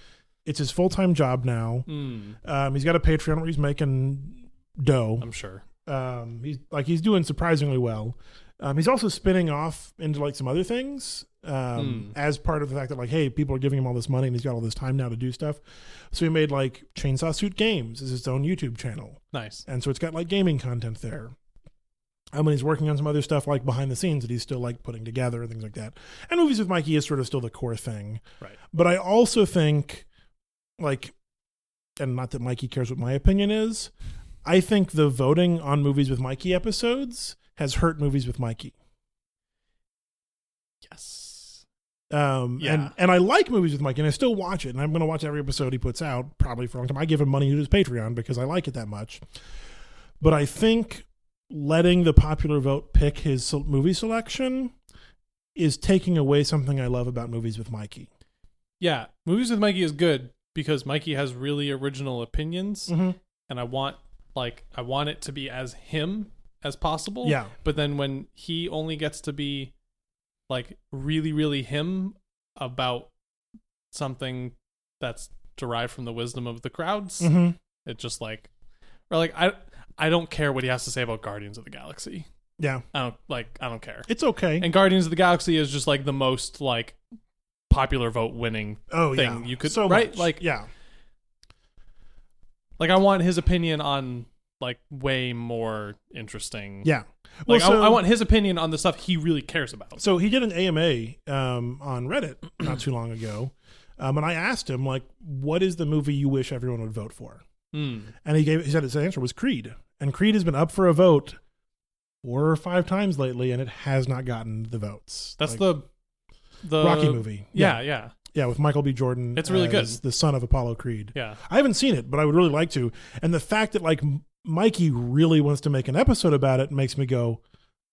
It's his full time job now.
Mm,
Um, he's got a Patreon where he's making dough.
I'm sure.
Um, he's like he's doing surprisingly well. Um, he's also spinning off into like some other things um,
Hmm.
as part of the fact that like, hey, people are giving him all this money and he's got all this time now to do stuff. So he made like Chainsaw Suit Games is his own YouTube channel,
Nice.
and so it's got like gaming content there. Um, and he's working on some other stuff like behind the scenes that he's still like putting together and things like that. And movies with Mikey is sort of still the core thing,
Right.
but I also think, like, and not that Mikey cares what my opinion is, I think the voting on movies with Mikey episodes has hurt movies with Mikey.
Yes.
Um,
Yeah.
and, and I like movies with Mikey, and I still watch it, and I'm going to watch every episode he puts out probably for a long time. I give him money to his Patreon because I like it that much. But I think letting the popular vote pick his se- movie selection is taking away something I love about movies with Mikey.
Yeah. Movies with Mikey is good because Mikey has really original opinions,
Mm-hmm.
and I want like I want it to be as him as possible.
Yeah.
But then when he only gets to be like really, really him about something that's derived from the wisdom of the crowds,
Mm-hmm.
it just like or like I I don't care what he has to say about Guardians of the Galaxy.
Yeah,
I don't like I don't care.
it's okay.
And Guardians of the Galaxy is just like the most like popular vote winning.
oh
thing
yeah
you could-
so
right?
much.
Like-
yeah
Like I want his opinion on like way more interesting.
yeah
Like
well, so,
I, I want his opinion on the stuff he really cares about.
so he did an ama um, on reddit not too long ago um, and i asked him like what is the movie you wish everyone would vote for
Mm.
and he gave he said his answer was creed and creed has been up for a vote four or five times lately and it has not gotten the votes
That's
Like,
the the
rocky movie
Yeah, yeah,
yeah with michael b jordan
It's really good.
as the son of apollo creed
yeah.
I haven't seen it, but I would really like to. And the fact that like M- Mikey really wants to make an episode about it makes me go,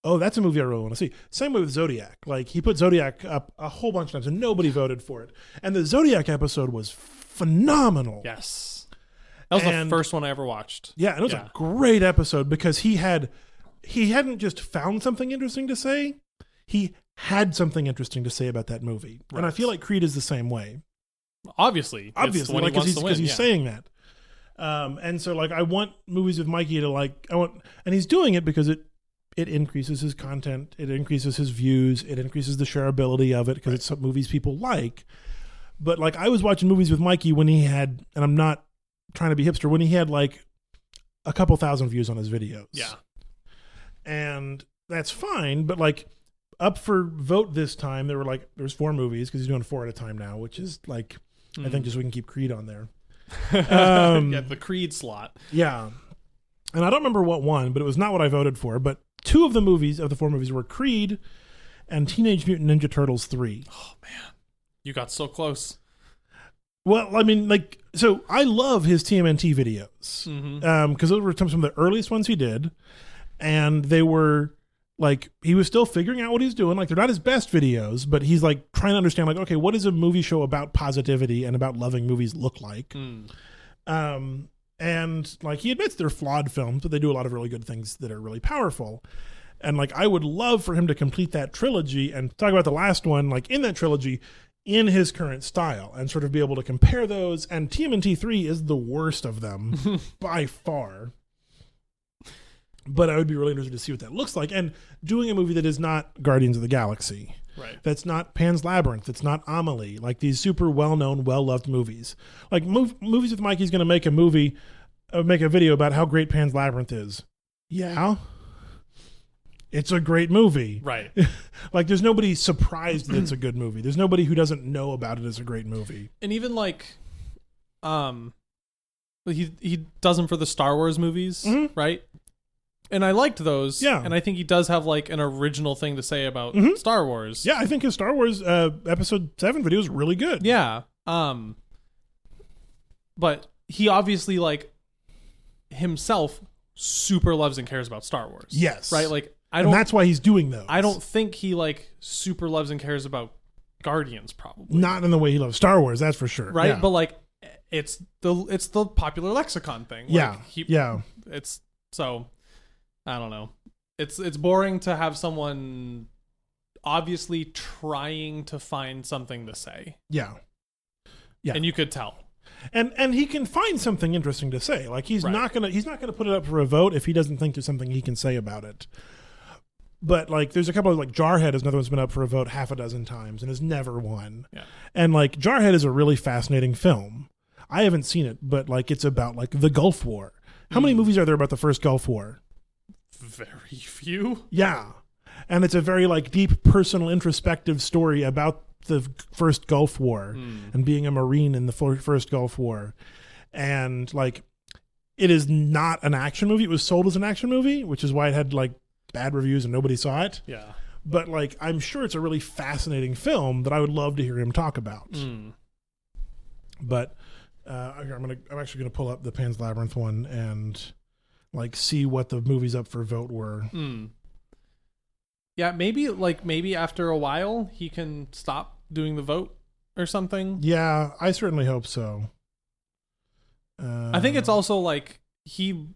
"Oh, that's a movie I really want to see." Same way with Zodiac. Like he put Zodiac up a whole bunch of times, and nobody voted for it. And the Zodiac episode was phenomenal.
Yes. That was
And-
the first one I ever watched.
Yeah, and it was
Yeah.
a great episode because he had he hadn't just found something interesting to say, he had something interesting to say about that movie. And I
Right.
feel like Creed is the same way.
Obviously. it's the
obviously
one he
like because
wants
he's,
to
'cause
win,
he's
yeah.
saying that um, and so like i want movies with mikey to like i want and he's doing it because it it increases his content it increases his views it increases the shareability of it because it's some movies people like but like i was watching movies with mikey when he had and i'm not trying to be hipster when he had like a couple thousand views on his videos
Yeah.
and that's fine. But like up for vote this time, there were like there's four movies because he's doing four at a time now, which is like I think just so we can keep Creed on there. Um,
Hmm. yeah, the Creed slot.
Yeah, and I don't remember what one, but it was not what I voted for. But two of the movies of the four movies were Creed and Teenage Mutant Ninja Turtles three.
You got so close.
Well, I mean, like so I love his TMNT videos.
Mm-hmm.
um because those were some of the earliest ones he did and they were like he was still figuring out what he's doing like they're not his best videos but he's like trying to understand like okay what does a movie show about positivity and about loving movies look like um and like he admits they're flawed films but they do a lot of really good things that are really powerful and like i would love for him to complete that trilogy and talk about the last one like in that trilogy in his current style and sort of be able to compare those and tmnt 3 is the worst of them by far but i would be really interested to see what that looks like and doing a movie that is not guardians of the galaxy
Right.
that's not Pan's Labyrinth, that's not Amelie, like these super well-known, well-loved movies. Like mov- movies with Mikey's going to make a movie, uh, make a video about how great Pan's Labyrinth is. Yeah, it's a great movie.
Right.
Like there's nobody surprised that it's a good movie. There's nobody who doesn't know about it as a great movie.
and even like um he he does them for the Star Wars movies,
Mhm.
right? And I liked those.
Yeah.
And I think he does have like an original thing to say about
Mhm.
Star Wars.
Yeah, I think his Star Wars uh, Episode Seven video is really good.
Yeah. Um but he obviously like himself super loves and cares about Star Wars.
Yes.
Right? Like I
and
don't
that's why he's doing those.
I don't think he like super loves and cares about Guardians probably.
Not in the way he loves Star Wars, that's for sure.
right?
Yeah.
But like it's the it's the popular lexicon thing. Like,
yeah,
He,
yeah,
It's so I don't know. It's it's boring to have someone obviously trying to find something to say,
yeah. Yeah.
and you could tell.
and and he can find something interesting to say. Like he's
Right.
not gonna he's not gonna put it up for a vote if he doesn't think there's something he can say about it. But like, there's a couple of like Jarhead is another one's been up for a vote half a dozen times and has never won.
Yeah.
And like Jarhead is a really fascinating film. I haven't seen it, but like it's about like the Gulf War. How many movies are there about the first Gulf War?
Very few.
Yeah. And it's a very like deep personal introspective story about the first Gulf War and being a Marine in the fir- first Gulf War. And like it is not an action movie. It was sold as an action movie, which is why it had like bad reviews and nobody saw it.
Yeah.
But like I'm sure it's a really fascinating film that I would love to hear him talk about.
Mm.
But uh, I'm gonna I'm actually gonna pull up the Pan's Labyrinth one and like see what the movies up for vote were.
Mm. Yeah, maybe like maybe after a while he can stop doing the vote or something.
Yeah, I certainly hope so. Uh,
I think it's also like he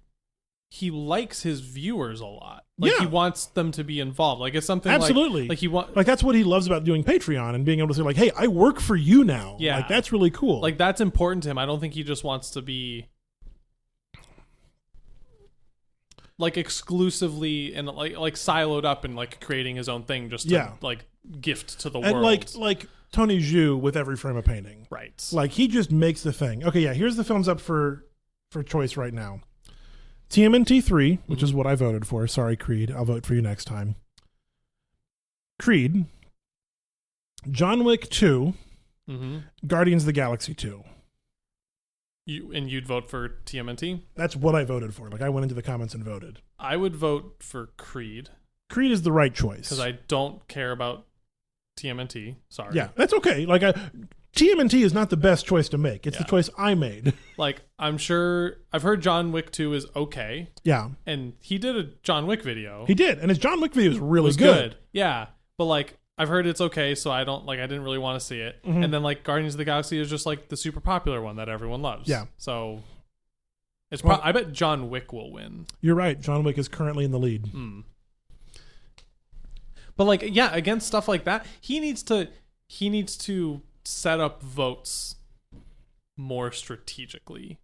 he likes his viewers a lot. Like
Yeah.
he wants them to be involved. Like it's something like-
absolutely
like,
like,
he want
that's what he loves about doing Patreon and being able to say like, "Hey, I work for you now."
Yeah.
like that's really cool.
like that's important to him. I don't think he just wants to be like exclusively and like like siloed up and like creating his own thing just to
Yeah.
like gift to the
and
world.
like like Tony Zhu with every frame of painting.
right.
Like he just makes the thing. Okay, yeah. Here's the films up for for choice right now. TMNT three, which
Mm-hmm.
is what I voted for. Sorry, Creed. I'll vote for you next time. Creed, John Wick two,
mm-hmm.
Guardians of the Galaxy two.
You and you'd vote for TMNT.
That's what I voted for. Like I went into the comments and voted.
I would vote for Creed
Creed is the right choice.
because I don't care about TMNT. Sorry.
yeah, that's okay. Like I, TMNT is not the best choice to make. It's the
Yeah.
choice I made.
Like I'm sure I've heard John Wick 2 is okay,
yeah,
and he did a John Wick video.
he did, and his John Wick video is really
was
good.
Yeah, but like I've heard it's okay, so I don't like I didn't really want to see it.
Mm-hmm.
And then like Guardians of the Galaxy is just like the super popular one that everyone loves.
Yeah.
So it's pro-
Well-
I bet John Wick will win.
You're right. John Wick is currently in the lead.
Mm. But like yeah, against stuff like that, he needs to he needs to set up votes more strategically.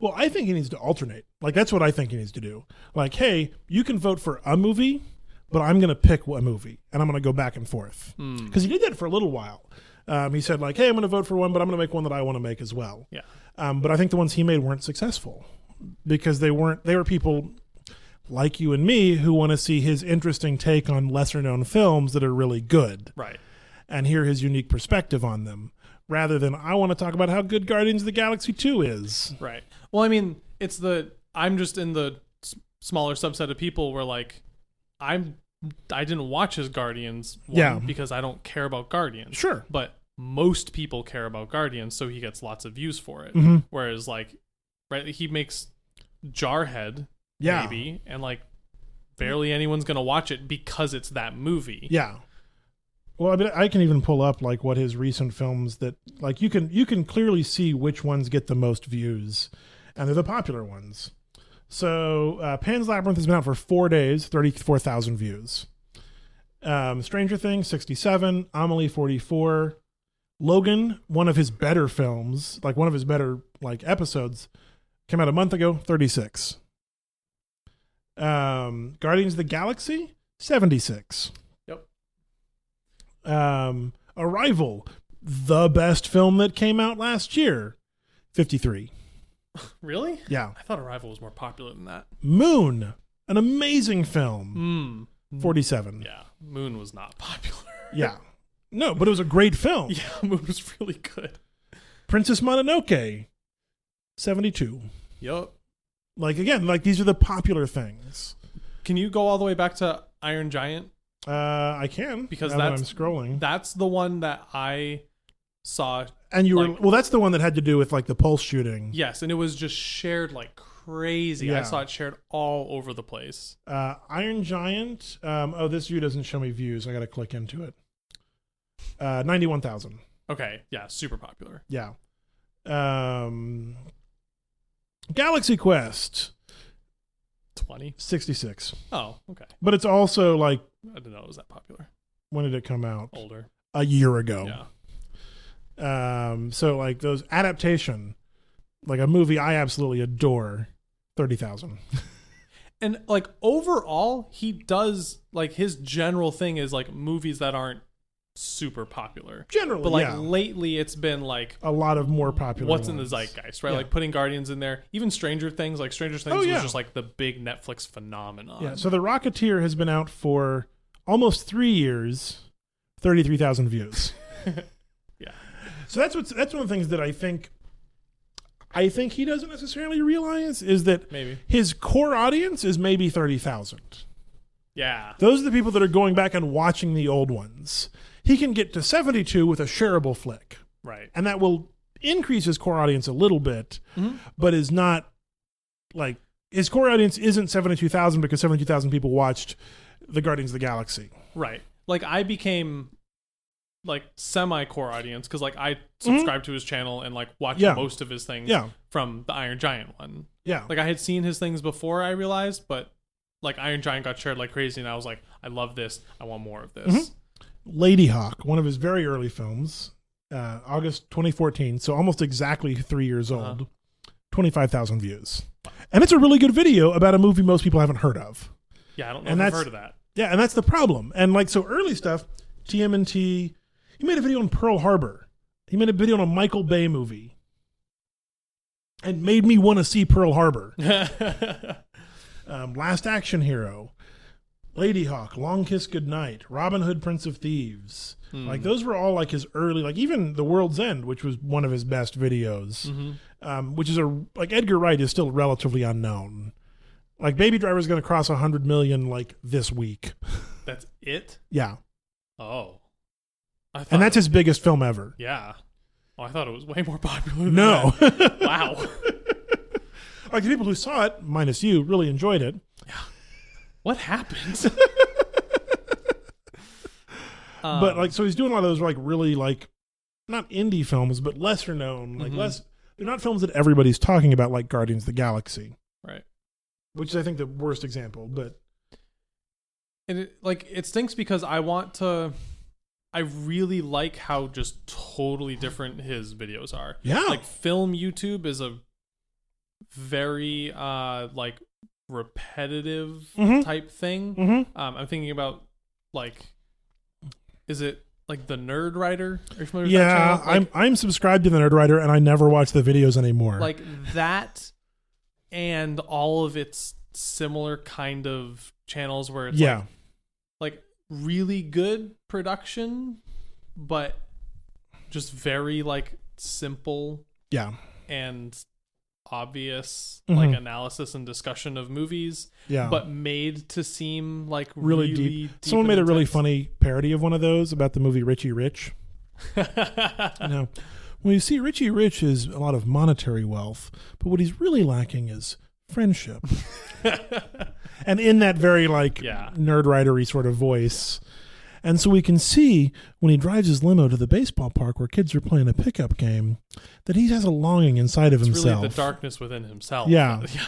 Well, I think he needs to alternate. Like that's what I think he needs to do. Like, hey, you can vote for a movie, but I'm going to pick a movie, and I'm going to go back and forth
Hmm.
because he did that for a little while. Um, he said like, hey, I'm going to vote for one, but I'm going to make one that I want to make as well.
Yeah.
Um, but I think the ones he made weren't successful because they weren't. They were people like you and me who want to see his interesting take on lesser known films that are really good
Right.
and hear his unique perspective on them, rather than I want to talk about how good Guardians of the Galaxy Two is.
Right. Well, I mean, it's the I'm just in the s- smaller subset of people where like I'm I didn't watch his Guardians one
Yeah.
because I don't care about Guardians.
Sure.
But most people care about Guardians, so he gets lots of views for it.
Mhm.
Whereas like right he makes Jarhead
Yeah.
maybe and like barely anyone's going to watch it because it's that movie.
Yeah. Well, I mean, I can even pull up like what his recent films that like you can you can clearly see which ones get the most views, and they're the popular ones. So, uh, Pan's Labyrinth has been out for four days, thirty-four thousand views. Um, Stranger Things, sixty-seven. Amelie, forty-four. Logan, one of his better films, like one of his better like episodes, came out a month ago, thirty-six. Um, Guardians of the Galaxy, seventy-six.
Yep.
Um, Arrival, the best film that came out last year, 53.
Really?
Yeah.
I thought Arrival was more popular than that.
Moon, an amazing film,
Mm.
47.
Yeah. Moon was not popular.
Yeah. No, but it was a great film.
yeah, Moon was really good.
Princess Mononoke, 72.
Yup.
Like, again, like these are the popular things.
Can you go all the way back to Iron Giant?
Uh, I can
Because
now that
that's-
I'm scrolling,
That's the one that I saw.
and you were
like-
well. That's the one that had to do with like the pulse shooting.
Yes, and it was just shared like crazy. I
Yeah.
saw it shared all over the place.
Uh, Iron Giant. Um, oh, this view doesn't show me views. I got to click into it. Uh, Ninety-one thousand.
Okay, yeah, super popular.
Yeah. Um, Galaxy Quest
20.
66.
Oh, okay. Oh,
But it's also like
I didn't know it was that popular.
when did it come out?
older.
A year ago.
Yeah.
Um, so like those adaptation, like a movie I absolutely adore, thirty thousand.
And like overall, he does like his general thing is like movies that aren't super popular.
Generally,
But like
yeah.
lately, it's been like
a lot of more popular.
what's in the
ones.
zeitgeist, right?
Yeah. Oh,
Like putting Guardians in there, even Stranger Things. Like Stranger Things
yeah.
was just like the big Netflix phenomenon.
Yeah. So the Rocketeer has been out for almost three years, thirty-three thousand views.
Yeah.
So that's what's that's one of the things that I think. I think he doesn't necessarily realize is that
Maybe.
his core audience is maybe thirty thousand.
yeah,
Those are the people that are going back and watching the old ones. He can get to seventy-two with a shareable flick.
right.
and that will increase his core audience a little bit, but is not like his core audience isn't seventy two thousand because seventy two thousand people watched the Guardians of the Galaxy.
Right. Like I became like semi core audience because like I subscribed to his channel and like watched
Mm-hmm. Yeah.
most of his things
Yeah.
from the Iron Giant one.
Yeah,
Like I had seen his things before I realized, but like Iron Giant got shared like crazy and I was like, I love this. I want more of this.
Mm-hmm. Lady Hawk, one of his very early films, uh, August twenty fourteen, so almost exactly three years old, five thousand views, and it's a really good video about a movie most people haven't heard of.
Yeah, I don't know
And
if I've
that's-
heard of that.
Yeah, and that's the problem. And like so early stuff, TMNT. He made a video on Pearl Harbor. He made a video on a Michael Bay movie. And made me want to see Pearl Harbor. Um, Last Action Hero, Lady Hawk, Long Kiss Goodnight, Robin Hood, Prince of Thieves. Like those were all like his early, like even The World's End, which was one of his best videos. Um, which is a like Edgar Wright is still relatively unknown. Like Baby Driver is going to cross hundred million like this week.
That's it?
Yeah.
Oh. I thought
and that's his biggest film ever.
Yeah. Oh, I thought it was way more popular than
No,
that. Wow.
like the people who saw it, minus you, really enjoyed it.
what happened?
but
Um, Oh.
like, so he's doing a lot of those like really like not indie films, but lesser known, like
Mm-hmm.
less. They're not films that everybody's talking about, like Guardians of the Galaxy,
right.
which is I think the worst example. But
and it, like it stinks because I want to. I really like how just totally different his videos are.
Yeah.
like film YouTube is a very uh like repetitive
Mhm.
type thing.
Mhm.
Um, I'm thinking about like, is it like the Nerd Writer? Are you familiar with that
yeah,
channel? Like,
I'm I'm subscribed to the Nerd Writer, and I never watch the videos anymore.
like that and all of its similar kind of channels where it's
yeah,
like, like really good production but just very like simple
yeah,
and obvious
Mhm.
like analysis and discussion of movies
yeah.
but made to seem like
really,
really,
deep. Someone made a
and
really
intense.
funny parody of one of those about the movie Richie Rich. Now, when you see Richie Rich is a lot of monetary wealth, but what he's really lacking is friendship. and in that very like
Yeah.
nerd writery sort of voice. And so we can see when he drives his limo to the baseball park where kids are playing a pickup game that he has a longing inside of
it's
himself.
really the darkness within himself
Yeah.
yeah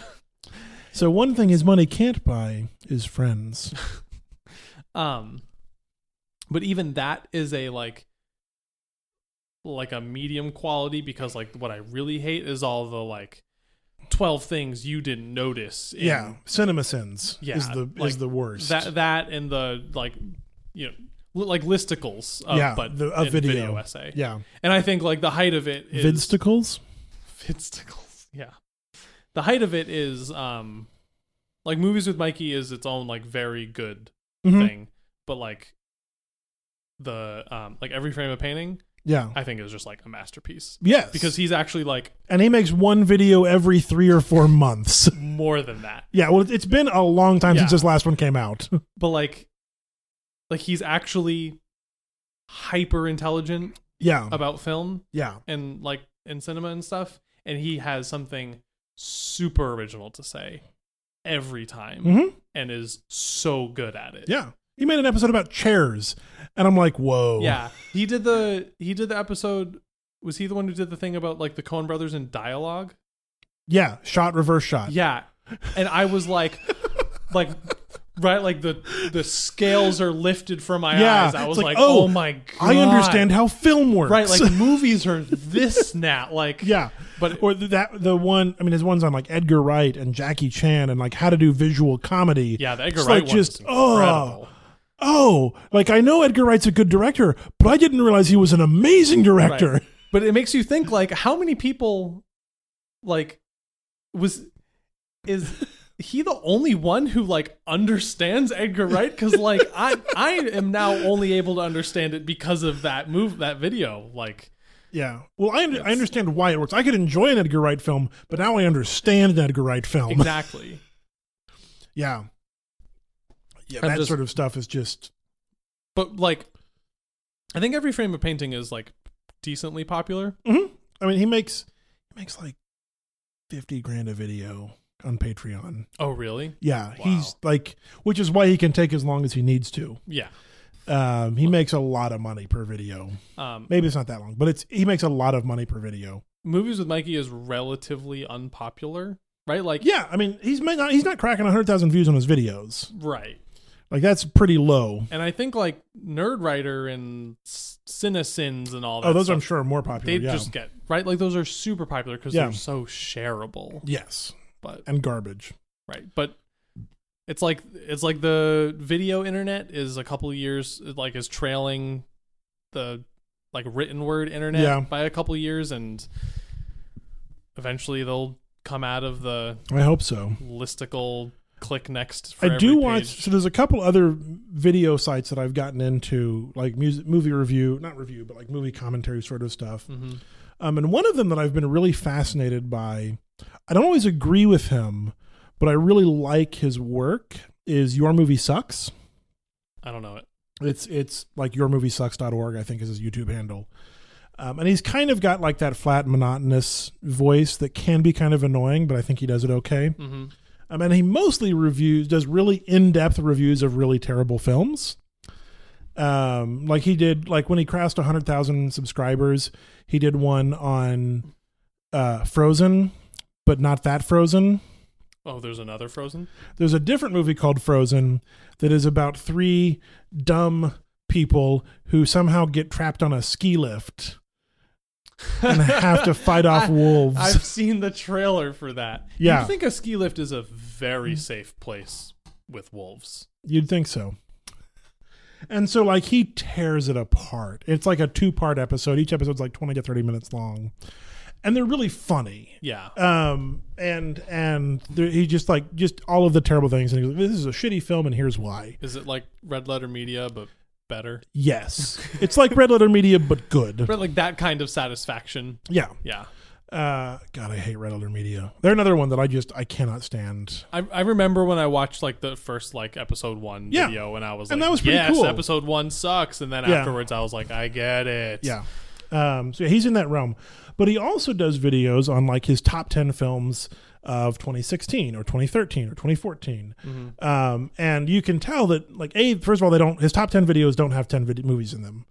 so one thing his money can't buy is friends.
Um, but even that is a like, like a medium quality because like what I really hate is all the like, twelve things you didn't notice. in-
yeah, cinema sins
yeah,
is the
like,
is the worst.
That that and the like, you know, li- like listicles. Of,
Yeah,
but
the- of
in
video.
essay.
yeah,
and I think like the height of it is
vidsticles.
vidsticles. Yeah, the height of it is um, like movies with Mikey is its own like very good
Mhm.
thing, but like the um like every frame of painting,
Yeah,
I think is just like a masterpiece
yes,
because he's actually like
and he makes one video every three or four months.
more than that.
Yeah, well, it's been a long time since
Yeah.
this last one came out.
But like, like he's actually hyper intelligent
yeah,
about film
yeah,
and like in cinema and stuff, and he has something super original to say every time,
Mhm.
and is so good at it.
yeah. He made an episode about chairs, and I'm like, whoa.
Yeah, he did the he did the episode. Was he the one who did the thing about like the Coen Brothers and dialogue?
yeah. Shot, reverse shot.
Yeah. And I was like, like right like the the scales are lifted from my
Yeah,
eyes. I
it's
was
like,
like,
oh,
oh, my god.
I understand how film works.
Right, like movies are this snap. Like
yeah.
But-
or th- that the one I mean, there's ones on like Edgar Wright and Jackie Chan and like how to do visual comedy.
yeah, the Edgar
It's
Wright
like
one is
just, oh.
incredible.
Oh, like I know Edgar Wright's a good director, but I didn't realize he was an amazing director.
Right. But it makes you think like how many people like was is he the only one who like understands Edgar Wright cuz like I I am now only able to understand it because of that move that video like
Yeah. Well, I, I understand why it works. I could enjoy an Edgar Wright film, but now I understand an Edgar Wright film.
exactly
Yeah. Yeah,
I'm
that
just-
sort of stuff is just
but like I think every frame of painting is like decently popular
mm-hmm. I mean, he makes he makes like 50 grand a video on Patreon.
oh really
Yeah,
Wow.
he's like which is why he can take as long as he needs to.
yeah
Um, he makes a lot of money per video.
um
Maybe it's not that long, but it's he makes a lot of money per video.
movies with Mikey is relatively unpopular right like
Yeah, I mean, he's may not he's not cracking 100,000 views on his videos.
right
Like that's pretty low.
And I think like Nerd Writer and S- CineSins and all that.
Oh, those
stuff,
I'm sure are more popular.
they
yeah.
just get right. Like those are super popular because
Yeah.
they're so shareable.
yes,
But
and garbage.
right, but it's like it's like the video internet is a couple of years like is trailing the like written word internet
Yeah.
by a couple of years, and eventually they'll come out of the
I hope so.
listicle click next. For
I
every
do
page.
watch. So there's a couple other video sites that I've gotten into, like music, movie review, not review, but like movie commentary sort of stuff.
Mhm.
Um, and one of them that I've been really fascinated by, I don't always agree with him, but I really like his work. Is your movie sucks?
I don't know it.
It's it's like yourmoviesucks.org, I think is his YouTube handle. Um, and he's kind of got like that flat, monotonous voice that can be kind of annoying, but I think he does it okay.
hmm
Um, and he mostly reviews, does really in depth reviews of really terrible films. Um, like he did, like when he crossed 100,000 subscribers, he did one on uh, Frozen, but not that Frozen.
Oh, there's another Frozen.
There's a different movie called Frozen that is about three dumb people who somehow get trapped on a ski lift and have to fight off wolves.
I've seen the trailer for that.
Yeah. Mm-hmm.
You think a ski lift is a very safe place with wolves.
You'd think so. And so, like, he tears it apart. It's like a two part episode. Each episode's like 20 to 30 minutes long. And they're really funny.
Yeah.
Um, and and there- he just, like, just all of the terrible things. And he goes, This is a shitty film, and here's why.
Is it like Red Letter Media but better?
Yes. it's like Red Letter Media, but good.
But like that kind of satisfaction.
Yeah.
Yeah.
Uh, God, I hate Red Letter Media. They're another one that I just, I cannot stand.
I, I remember when I watched like the first like episode one
Yeah.
video and I was like,
And that was pretty
yes,
cool."
episode one sucks. And then
Yeah.
afterwards I was like, I get it.
Yeah. Um, so he's in that realm, but he also does videos on like his top 10 films of 2016 or 2013 or 2014. Um, and you can tell that like, a, first of all, they don't, his top 10 videos don't have 10 vid- movies in them.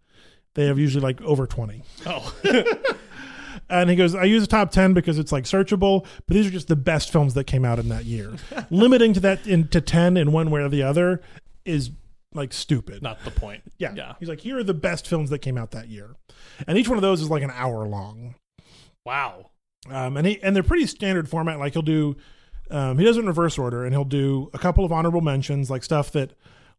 They have usually like over 20.
Oh,
And he goes, I use the top 10 because it's like searchable, but these are just the best films that came out in that year. Limiting to that in, to 10 in one way or the other is like stupid.
not the point.
Yeah.
Yeah.
He's like, here are the best films that came out that year. And each one of those is like an hour long.
Wow.
Um, and he and they're pretty standard format. Like he'll do, um, he does it in reverse order, and he'll do a couple of honorable mentions, like stuff that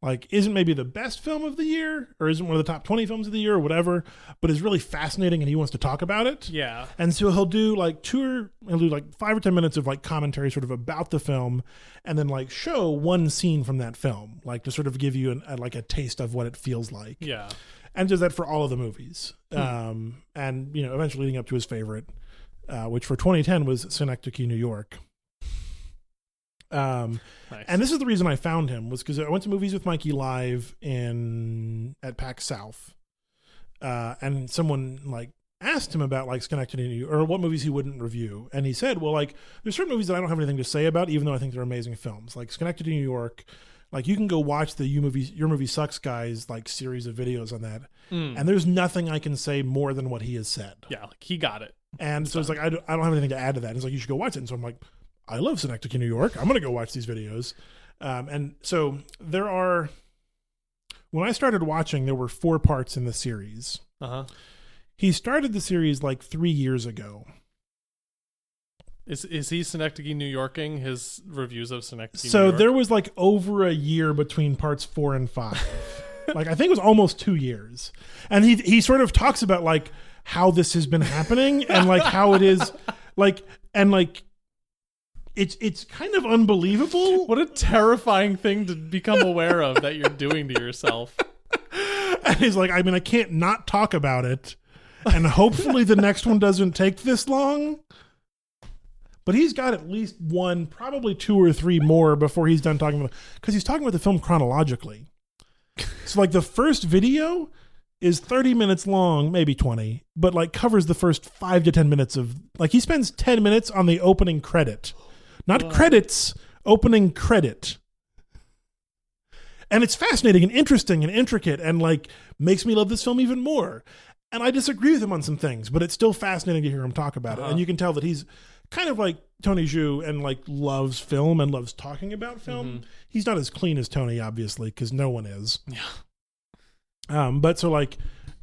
like isn't maybe the best film of the year or isn't one of the top twenty films of the year or whatever, but is really fascinating and he wants to talk about it.
Yeah.
And so he'll do like two or he'll do like five or ten minutes of like commentary sort of about the film, and then like show one scene from that film, like to sort of give you an, a, like a taste of what it feels like
Yeah.
and does that for all of the movies. Um, and you know, eventually leading up to his favorite, uh, which for 2010 was Synecdoche, New York. Um,
Nice.
and this is the reason I found him was because I went to movies with Mikey live in at Pack South, uh, and someone like asked him about like Schenectady New or what movies he wouldn't review, and he said, "Well, like there's certain movies that I don't have anything to say about, even though I think they're amazing films, like Schenectady New York." Like you can go watch the you movie your movie sucks guys like series of videos on that,
Mm.
and there's nothing I can say more than what he has said.
yeah. Like he got it.
And so it's like, I don't, I don't have anything to add to that. He's like, you should go watch it. And so I'm like, I love Synecdoche, New York. I'm going to go watch these videos. Um, and so there are. When I started watching, there were four parts in the series.
Uh huh.
He started the series like three years ago.
Is is he Synecdoche, New Yorking his reviews of Synecdoche?
so
New
there
York?
was like over a year between parts four and five. like I think it was almost two years. And he he sort of talks about like how this has been happening and like how it is like and like it's it's kind of unbelievable.
What a terrifying thing to become aware of that you're doing to yourself.
And he's like, I mean, I can't not talk about it. And hopefully the next one doesn't take this long. But he's got at least one, probably two or three more before he's done talking about Because he's talking about the film chronologically. So, like, the first video is 30 minutes long, maybe 20, but like covers the first five to 10 minutes of. Like, he spends 10 minutes on the opening credit. Not credits, opening credit and it's fascinating and interesting and intricate and like makes me love this film even more and i disagree with him on some things but it's still fascinating to hear him talk about it
Uh-huh.
and you can tell that he's kind of like tony Zhu and like loves film and loves talking about film he's not as clean as tony obviously because no one is
Yeah.
um, but so like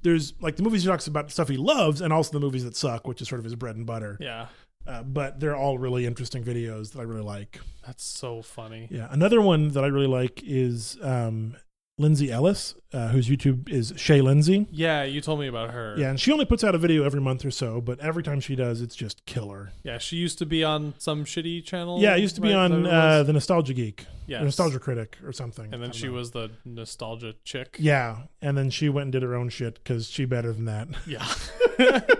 there's like the movies he talks about stuff he loves and also the movies that suck which is sort of his bread and butter
Yeah.
uh, but they're all really interesting videos that i really like
That's so funny.
yeah, another one that I really like is um, Lindsay Ellis, uh, whose YouTube is Shay Lindsay.
Yeah, you told me about her.
Yeah, and she only puts out a video every month or so, but every time she does, it's just killer.
Yeah, she used to be on some shitty channel.
Yeah, it used to be
Oh, right? Is that
on
what it was?
uh, the Nostalgia Geek,
Yes.
the Nostalgia Critic, or something.
And
I
then
don't
she
know.
was the nostalgia chick.
Yeah, and then she went and did her own shit because she better than that.
Yeah.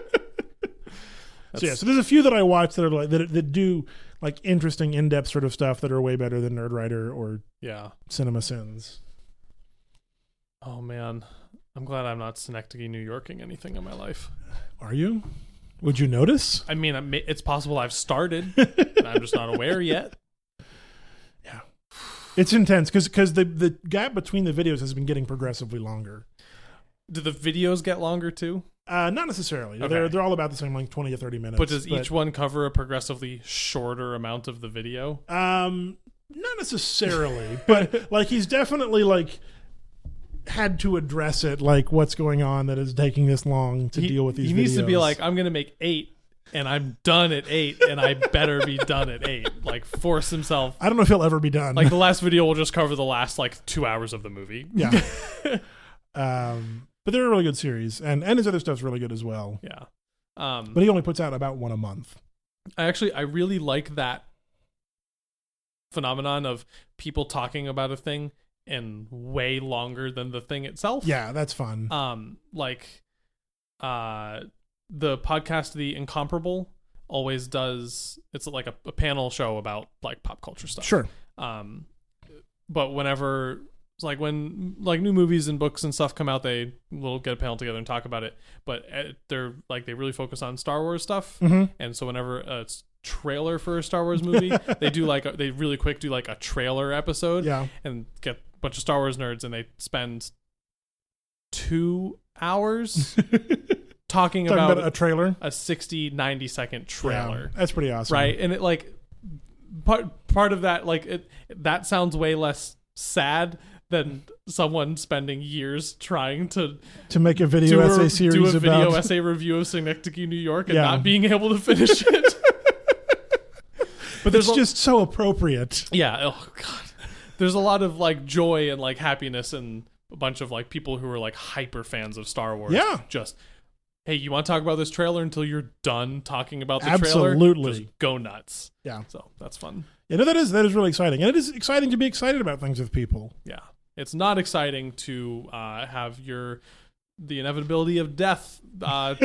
so yeah, so there's a few that I watch that are like that, that do like interesting, in-depth sort of stuff that are way better than Nerdwriter or
yeah.
Cinema Sins.
Oh man, I'm glad I'm not Synecdoche, New Yorking anything in my life.
Are you? Would you notice?
I mean, I may, it's possible I've started, and I'm just not aware yet.
It's intense because the the gap between the videos has been getting progressively longer.
Do the videos get longer too?
Uh, not necessarily.
Okay.
They're they're all about the same, like twenty to thirty minutes.
But does each one cover a progressively shorter amount of the video?
Um, not necessarily, but like he's definitely like had to address it, like what's going on that is taking this long to
he,
deal with these.
He needs to be
videos.
like, I'm gonna make eight, and I'm done at eight, and I better be done at eight. Like force himself.
I don't know if he'll ever be done.
Like the last video will just cover the last like two hours of the movie.
yeah. um, but they're a really good series, and and his other stuff's really good as well.
Yeah. Um,
But he only puts out about one a month.
I actually I really like that phenomenon of people talking about a thing and way longer than the thing itself.
Yeah, that's fun.
Um like uh the podcast The Incomparable always does it's like a, a panel show about like pop culture stuff.
sure.
Um but whenever it's like when like new movies and books and stuff come out they will get a panel together and talk about it but uh, they're like they really focus on star wars stuff
hmm
and so whenever a s- trailer for a Star Wars movie, they do like a, they really quick do like a trailer episode
Yeah.
and get a bunch of Star Wars nerds and they spend two hours talking,
Talking
about,
about a trailer.
a, 60 90 second trailer,
Yeah, that's pretty awesome.
right? And it like part part of that like it that sounds way less sad than someone spending years trying to
To make a video
do
essay
a,
series
do a
about
video essay review of Synecdoche, New York, and
Yeah.
not being able to finish it. but there's
it's
a,
just so appropriate.
yeah, oh god, there's a lot of like joy and like happiness and a bunch of like people who are like hyper fans of Star Wars.
Yeah.
just hey, you want to talk about this trailer until you're done talking about the trailer?
Absolutely.
Just go nuts.
Yeah.
So that's fun.
You know that is that is really exciting. And it is exciting to be excited about things with people.
Yeah, it's not exciting to uh, have your the inevitability of death uh,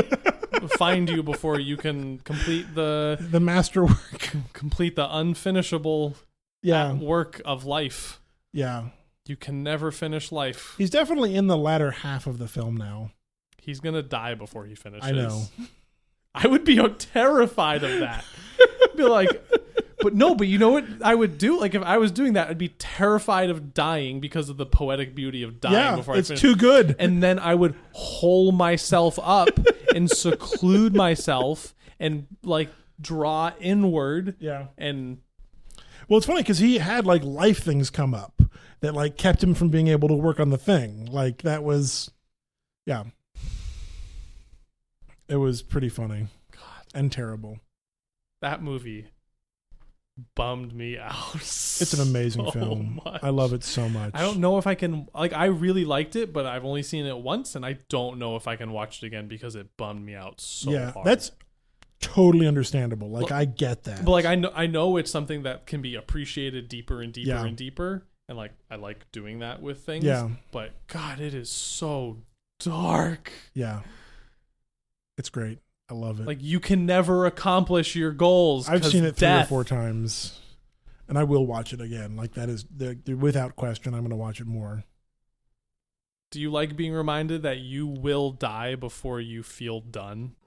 find you before you can complete the
The masterwork.
complete the unfinishable
Yeah.
work of life.
Yeah.
You can never finish life.
He's definitely in the latter half of the film now.
He's gonna die before he finishes.
I know.
I would be terrified of that. be like, but no, but you know what I would do? Like if I was doing that, I'd be terrified of dying because of the poetic beauty of dying
Yeah.
before I
It's
finish.
too good.
and then I would hole myself up and seclude myself and like draw inward
yeah.
and
Well, it's funny because he had like life things come up that like kept him from being able to work on the thing. Like that was, yeah, it was pretty funny
God,
and terrible.
that movie bummed me out. It's
It's an amazing film. I love it so much.
I don't know if I can like I really liked it, but I've only seen it once and I don't know if I can watch it again because it bummed me out so
yeah,
hard.
that's totally understandable. Like
Well-
I get that.
but like I know I know it's something that can be appreciated deeper and deeper
Yeah.
and deeper. And like I like doing that with things.
yeah,
But God, it is so dark.
yeah, it's great. I love it.
Like you can never accomplish your goals.
I've
'cause
seen it three
death.
or four times, and I will watch it again. Like that is the, the- without question. I'm going to watch it more.
Do you like being reminded that you will die before you feel done?